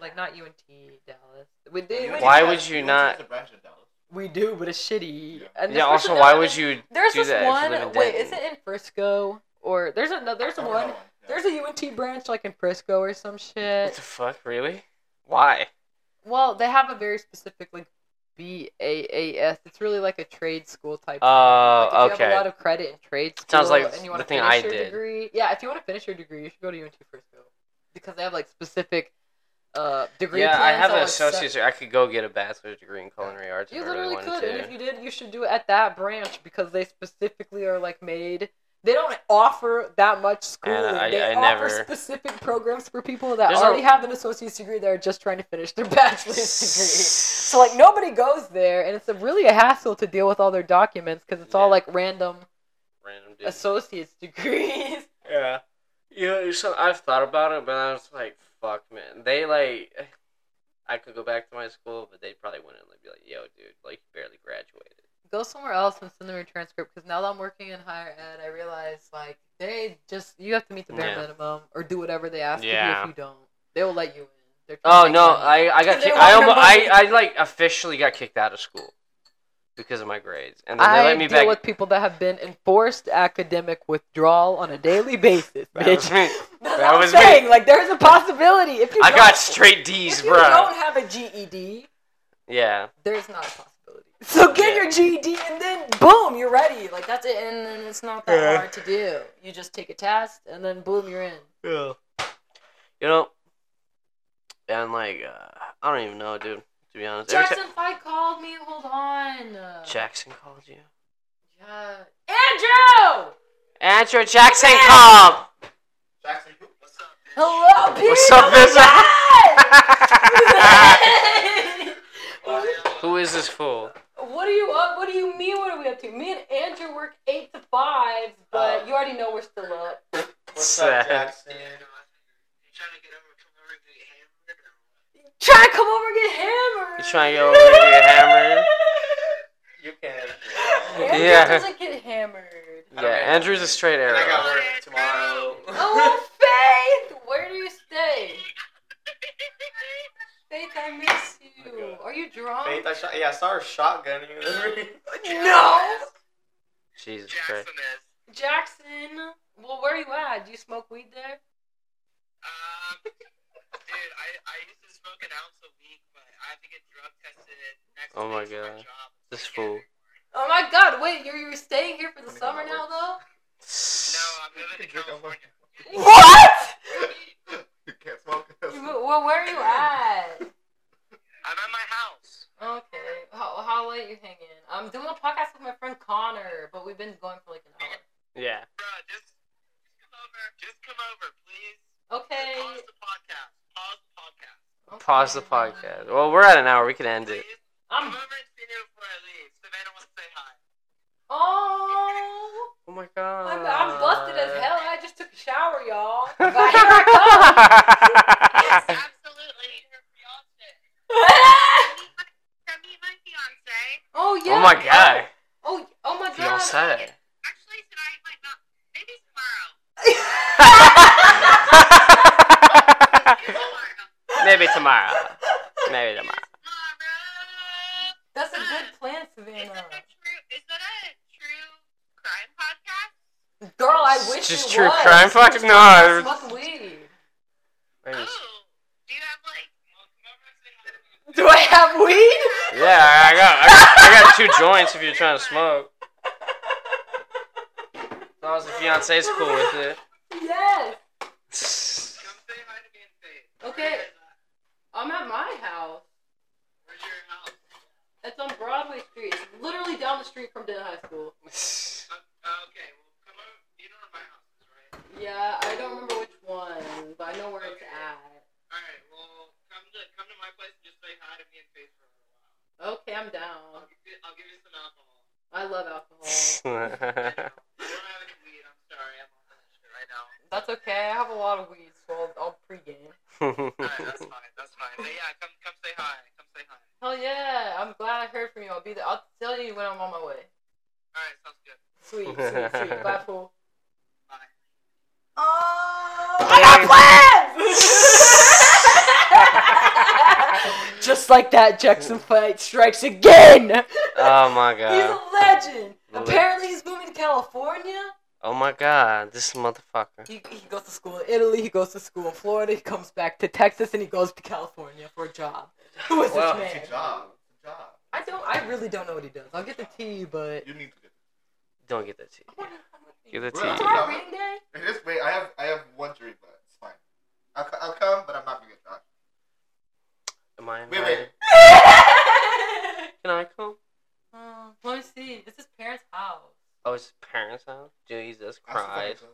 [SPEAKER 2] Like not UNT Dallas. We did.
[SPEAKER 3] UNT
[SPEAKER 1] Why
[SPEAKER 3] has-
[SPEAKER 1] would you
[SPEAKER 3] UNT
[SPEAKER 1] not-
[SPEAKER 3] has a branch in Dallas.
[SPEAKER 2] We do, but it's shitty.
[SPEAKER 3] Yeah.
[SPEAKER 2] And
[SPEAKER 1] yeah.
[SPEAKER 2] especially
[SPEAKER 1] Also,
[SPEAKER 2] now
[SPEAKER 1] why
[SPEAKER 2] that
[SPEAKER 1] would
[SPEAKER 2] it-
[SPEAKER 1] you?
[SPEAKER 2] There's
[SPEAKER 1] do
[SPEAKER 2] this
[SPEAKER 1] that if you
[SPEAKER 2] one.
[SPEAKER 1] live in
[SPEAKER 2] Wait,
[SPEAKER 1] Denton?
[SPEAKER 2] is it in Frisco or there's another? There's
[SPEAKER 3] I don't
[SPEAKER 2] one.
[SPEAKER 3] know, yeah.
[SPEAKER 2] There's a UNT branch like in Frisco or some
[SPEAKER 1] What
[SPEAKER 2] shit.
[SPEAKER 1] the fuck? Really? Why?
[SPEAKER 2] Well, they have a very specific like B A A S. It's really like a trade school type. thing.
[SPEAKER 1] Oh,
[SPEAKER 2] like, if You
[SPEAKER 1] okay.
[SPEAKER 2] have a lot of credit in trade school.
[SPEAKER 1] Sounds like
[SPEAKER 2] and you wanna
[SPEAKER 1] the thing
[SPEAKER 2] finish
[SPEAKER 1] I
[SPEAKER 2] your
[SPEAKER 1] did.
[SPEAKER 2] Degree. Yeah, if you want to finish your degree, you should go to UNT Frisco because they have like specific uh degree
[SPEAKER 1] yeah, I
[SPEAKER 2] plans
[SPEAKER 1] have
[SPEAKER 2] that
[SPEAKER 1] an
[SPEAKER 2] will accept-
[SPEAKER 1] associate's. I could go get a bachelor's degree in culinary arts.
[SPEAKER 2] You
[SPEAKER 1] if I really
[SPEAKER 2] literally
[SPEAKER 1] wanted
[SPEAKER 2] could,
[SPEAKER 1] to.
[SPEAKER 2] and if you did, you should do it at that branch because they specifically are like made. They don't offer that much schooling.
[SPEAKER 1] And I-
[SPEAKER 2] they
[SPEAKER 1] I
[SPEAKER 2] offer
[SPEAKER 1] never-
[SPEAKER 2] specific programs for people that
[SPEAKER 1] There's a-
[SPEAKER 2] already have an associate's degree that are just trying to finish their bachelor's degree. So like nobody goes there, and it's a, really a hassle to deal with all their documents because it's all
[SPEAKER 1] Yeah.
[SPEAKER 2] like random
[SPEAKER 1] Random dude.
[SPEAKER 2] associates degrees.
[SPEAKER 1] Yeah. You know, so I've thought about it, but I was like, fuck, man. They, like, I could go back to my school, but they probably wouldn't. They'd be like, yo, dude, like, you barely graduated.
[SPEAKER 2] Go somewhere else and send them your transcript because now that I'm working in higher ed, I realize like they just you have to meet the bare
[SPEAKER 1] Yeah.
[SPEAKER 2] minimum or do whatever they ask
[SPEAKER 1] Yeah.
[SPEAKER 2] of you. If you don't, they will let you in. They're trying
[SPEAKER 1] Oh,
[SPEAKER 2] to make
[SPEAKER 1] no,
[SPEAKER 2] money.
[SPEAKER 1] I, I got
[SPEAKER 2] They
[SPEAKER 1] kicked.
[SPEAKER 2] want
[SPEAKER 1] I,
[SPEAKER 2] your
[SPEAKER 1] almost, I,
[SPEAKER 2] money.
[SPEAKER 1] I, like, officially got kicked out of school because of my grades, and then they
[SPEAKER 2] I
[SPEAKER 1] let me
[SPEAKER 2] deal
[SPEAKER 1] back.
[SPEAKER 2] with people that have been enforced academic withdrawal on a daily basis,
[SPEAKER 1] That
[SPEAKER 2] bitch.
[SPEAKER 1] was me.
[SPEAKER 2] That's
[SPEAKER 1] That
[SPEAKER 2] what I'm
[SPEAKER 1] was
[SPEAKER 2] saying. Like, there's a possibility. If you
[SPEAKER 1] I
[SPEAKER 2] don't-
[SPEAKER 1] got straight D's,
[SPEAKER 2] If you
[SPEAKER 1] bro.
[SPEAKER 2] don't have a E GED,
[SPEAKER 1] Yeah,
[SPEAKER 2] there's not a possibility. So get
[SPEAKER 1] Yeah.
[SPEAKER 2] your GED and then boom, you're ready. Like that's it, and then it's not that
[SPEAKER 1] Yeah.
[SPEAKER 2] hard to do. You just take a test and then boom, you're in.
[SPEAKER 1] yeah. You know, and like uh, I don't even know, dude. To be honest, Every ti-
[SPEAKER 2] Jackson Fight called me. Hold on. Uh,
[SPEAKER 1] Jackson called you.
[SPEAKER 2] Yeah. Andrew.
[SPEAKER 1] Andrew Jackson
[SPEAKER 2] Yeah.
[SPEAKER 1] called.
[SPEAKER 3] Jackson, who- what's up?
[SPEAKER 2] Hello, Pete.
[SPEAKER 1] What's up, Mister? Who is this fool?
[SPEAKER 2] What are you up? What do you mean? What are we up to? Me and Andrew work eight to five, but
[SPEAKER 3] Oh.
[SPEAKER 2] you already know we're still up.
[SPEAKER 3] What's
[SPEAKER 1] Sad.
[SPEAKER 3] up, Jackson?
[SPEAKER 2] Try to come over and get hammered.
[SPEAKER 1] You trying to get over and get hammered?
[SPEAKER 3] You can.
[SPEAKER 2] Andrew
[SPEAKER 1] Yeah.
[SPEAKER 2] doesn't get hammered.
[SPEAKER 1] Yeah,
[SPEAKER 3] Okay.
[SPEAKER 1] Andrew's a straight
[SPEAKER 3] And I got
[SPEAKER 1] arrow.
[SPEAKER 3] work tomorrow.
[SPEAKER 2] Oh, Faith! Where do you stay? Faith, I miss
[SPEAKER 3] Oh
[SPEAKER 2] you.
[SPEAKER 3] my God.
[SPEAKER 2] Are you drunk?
[SPEAKER 3] Faith, I shot. Yeah, I saw her shotgun. You
[SPEAKER 2] no!
[SPEAKER 1] Jesus Christ.
[SPEAKER 4] Jackson is.
[SPEAKER 2] Jackson! Well, where you at? Do you smoke weed there?
[SPEAKER 4] Um, dude, I, I used to smoke an ounce a week, but I have to get drug tested next
[SPEAKER 1] Oh my
[SPEAKER 4] week for
[SPEAKER 1] God.
[SPEAKER 4] job.
[SPEAKER 1] This fool.
[SPEAKER 2] Oh my god, wait, you're, you're staying here for the
[SPEAKER 3] Oh my
[SPEAKER 2] summer
[SPEAKER 3] God.
[SPEAKER 2] now, though?
[SPEAKER 4] No, I'm moving to California.
[SPEAKER 2] What?
[SPEAKER 3] You can't smoke.
[SPEAKER 2] You, mo- well, where are you at?
[SPEAKER 4] I'm at my house.
[SPEAKER 2] Okay, how, how late you hanging? I'm doing a podcast with my friend Connor, but we've been going for like an hour.
[SPEAKER 1] Yeah.
[SPEAKER 4] Bruh, just, just come over. Just come over, please.
[SPEAKER 2] Okay.
[SPEAKER 4] Pause the podcast. Pause the podcast.
[SPEAKER 1] Pause the
[SPEAKER 2] okay.
[SPEAKER 1] podcast. Well, we're at an hour. We can end it.
[SPEAKER 4] Please,
[SPEAKER 2] I'm.
[SPEAKER 4] come over and see me before I leave. Savannah wants to say hi.
[SPEAKER 2] Oh!
[SPEAKER 1] Oh my god.
[SPEAKER 2] I'm, I'm busted as hell. I just took a shower, y'all. But here I come.
[SPEAKER 4] Yes,
[SPEAKER 1] hell.
[SPEAKER 4] absolutely. Your fiance. meet my fiance.
[SPEAKER 2] oh yeah.
[SPEAKER 1] oh my god.
[SPEAKER 2] Oh, oh my god.
[SPEAKER 1] Fiance.
[SPEAKER 4] Actually, tonight might not. Maybe tomorrow.
[SPEAKER 1] Maybe tomorrow. Maybe tomorrow.
[SPEAKER 4] Tomorrow.
[SPEAKER 2] That's a good plan,
[SPEAKER 4] Is
[SPEAKER 2] Savannah.
[SPEAKER 4] that a true? Is that a true crime podcast?
[SPEAKER 2] Girl, I wish
[SPEAKER 1] Just
[SPEAKER 2] it
[SPEAKER 1] true
[SPEAKER 2] was.
[SPEAKER 1] crime fucking no.
[SPEAKER 2] Smoke weed.
[SPEAKER 1] Maybe-
[SPEAKER 4] Oh, do you have like?
[SPEAKER 2] Do I have weed?
[SPEAKER 1] Yeah, I got, I got I got two joints if you're trying to smoke. As long as the fiance's cool with it.
[SPEAKER 2] yes.
[SPEAKER 4] Come say hi to me and say.
[SPEAKER 2] Okay. I'm at my house.
[SPEAKER 4] Where's your house?
[SPEAKER 2] It's on Broadway Street. It's literally down the street from Denton High School.
[SPEAKER 4] Uh, uh, okay, well, come over. You know where my house is, right?
[SPEAKER 2] Yeah, I don't remember which one, but I know where it's at.
[SPEAKER 4] All right. Well, come to come to my place and just say hi to me and face for a little while.
[SPEAKER 2] Okay, I'm down.
[SPEAKER 4] I'll give you, I'll give you some alcohol.
[SPEAKER 2] I love alcohol.
[SPEAKER 4] I don't have any weed. I'm sorry. I'm on that shit right now.
[SPEAKER 2] That's okay. I have a lot of weed, so I'll, I'll pregame.
[SPEAKER 4] All right, that's fine. That's fine. But yeah, come come say hi. Come say hi.
[SPEAKER 2] Hell yeah! I'm glad I heard from you. I'll be there. I'll tell you when I'm on my way.
[SPEAKER 4] All right, sounds good.
[SPEAKER 2] Sweet, sweet, sweet. Bye, fool.
[SPEAKER 4] Bye.
[SPEAKER 2] Oh,
[SPEAKER 1] I
[SPEAKER 2] plans. Just like that, Jackson fight strikes again.
[SPEAKER 1] oh my
[SPEAKER 2] He's a
[SPEAKER 1] god.
[SPEAKER 2] legend.
[SPEAKER 1] Le-
[SPEAKER 2] Apparently, he's moving to California.
[SPEAKER 1] Oh my god, this motherfucker.
[SPEAKER 2] He, he goes to school in Italy. He goes to school in Florida. He comes back to Texas, and he goes to California for a job. Who is
[SPEAKER 1] Well,
[SPEAKER 2] this
[SPEAKER 3] It's
[SPEAKER 2] man?
[SPEAKER 3] a job. It's a job.
[SPEAKER 2] I don't. I really don't know what he does. I'll get the tea, but.
[SPEAKER 3] You need to get.
[SPEAKER 1] Don't get that tea.
[SPEAKER 2] I wanna- I wanna-
[SPEAKER 1] Get the
[SPEAKER 2] Is
[SPEAKER 1] tea.
[SPEAKER 2] tomorrow reading day?
[SPEAKER 3] It is wait. I have I have one drink, but it's fine. I'll, co- I'll come, but I'm not gonna get shot.
[SPEAKER 1] Am I
[SPEAKER 3] Wait, wait.
[SPEAKER 1] invited? Can I come?
[SPEAKER 2] Um, let me see. It's his parents' house.
[SPEAKER 1] Oh, it's his parents' house? Jesus
[SPEAKER 3] I'll still fucking
[SPEAKER 1] Christ.
[SPEAKER 3] come.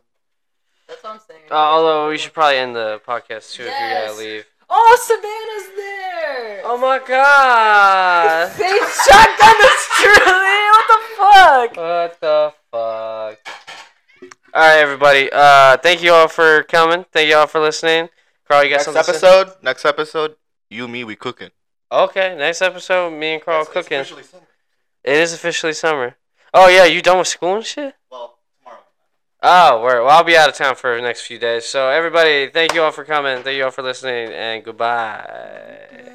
[SPEAKER 2] That's what I'm saying.
[SPEAKER 1] Uh, although we should probably end the podcast too
[SPEAKER 2] Yes.
[SPEAKER 1] if you gotta leave.
[SPEAKER 2] oh, Savannah's there.
[SPEAKER 1] Oh my god!
[SPEAKER 2] Faith shotgun is truly. What the fuck?
[SPEAKER 1] What the fuck? Alright, everybody. Uh, thank you all for coming. Thank you all for listening. Carl, you got
[SPEAKER 3] Next
[SPEAKER 1] something to say?
[SPEAKER 3] episode. Next episode. You, me, we cooking.
[SPEAKER 1] Okay, next episode, me and Carl
[SPEAKER 3] It's- it's
[SPEAKER 1] cooking.
[SPEAKER 3] officially summer.
[SPEAKER 1] It is officially summer. Oh, yeah, you done with school and shit?
[SPEAKER 3] Well, tomorrow.
[SPEAKER 1] Oh, word. Well, I'll be out of town for the next few days. So, everybody, thank you all for coming. Thank you all for listening, and goodbye.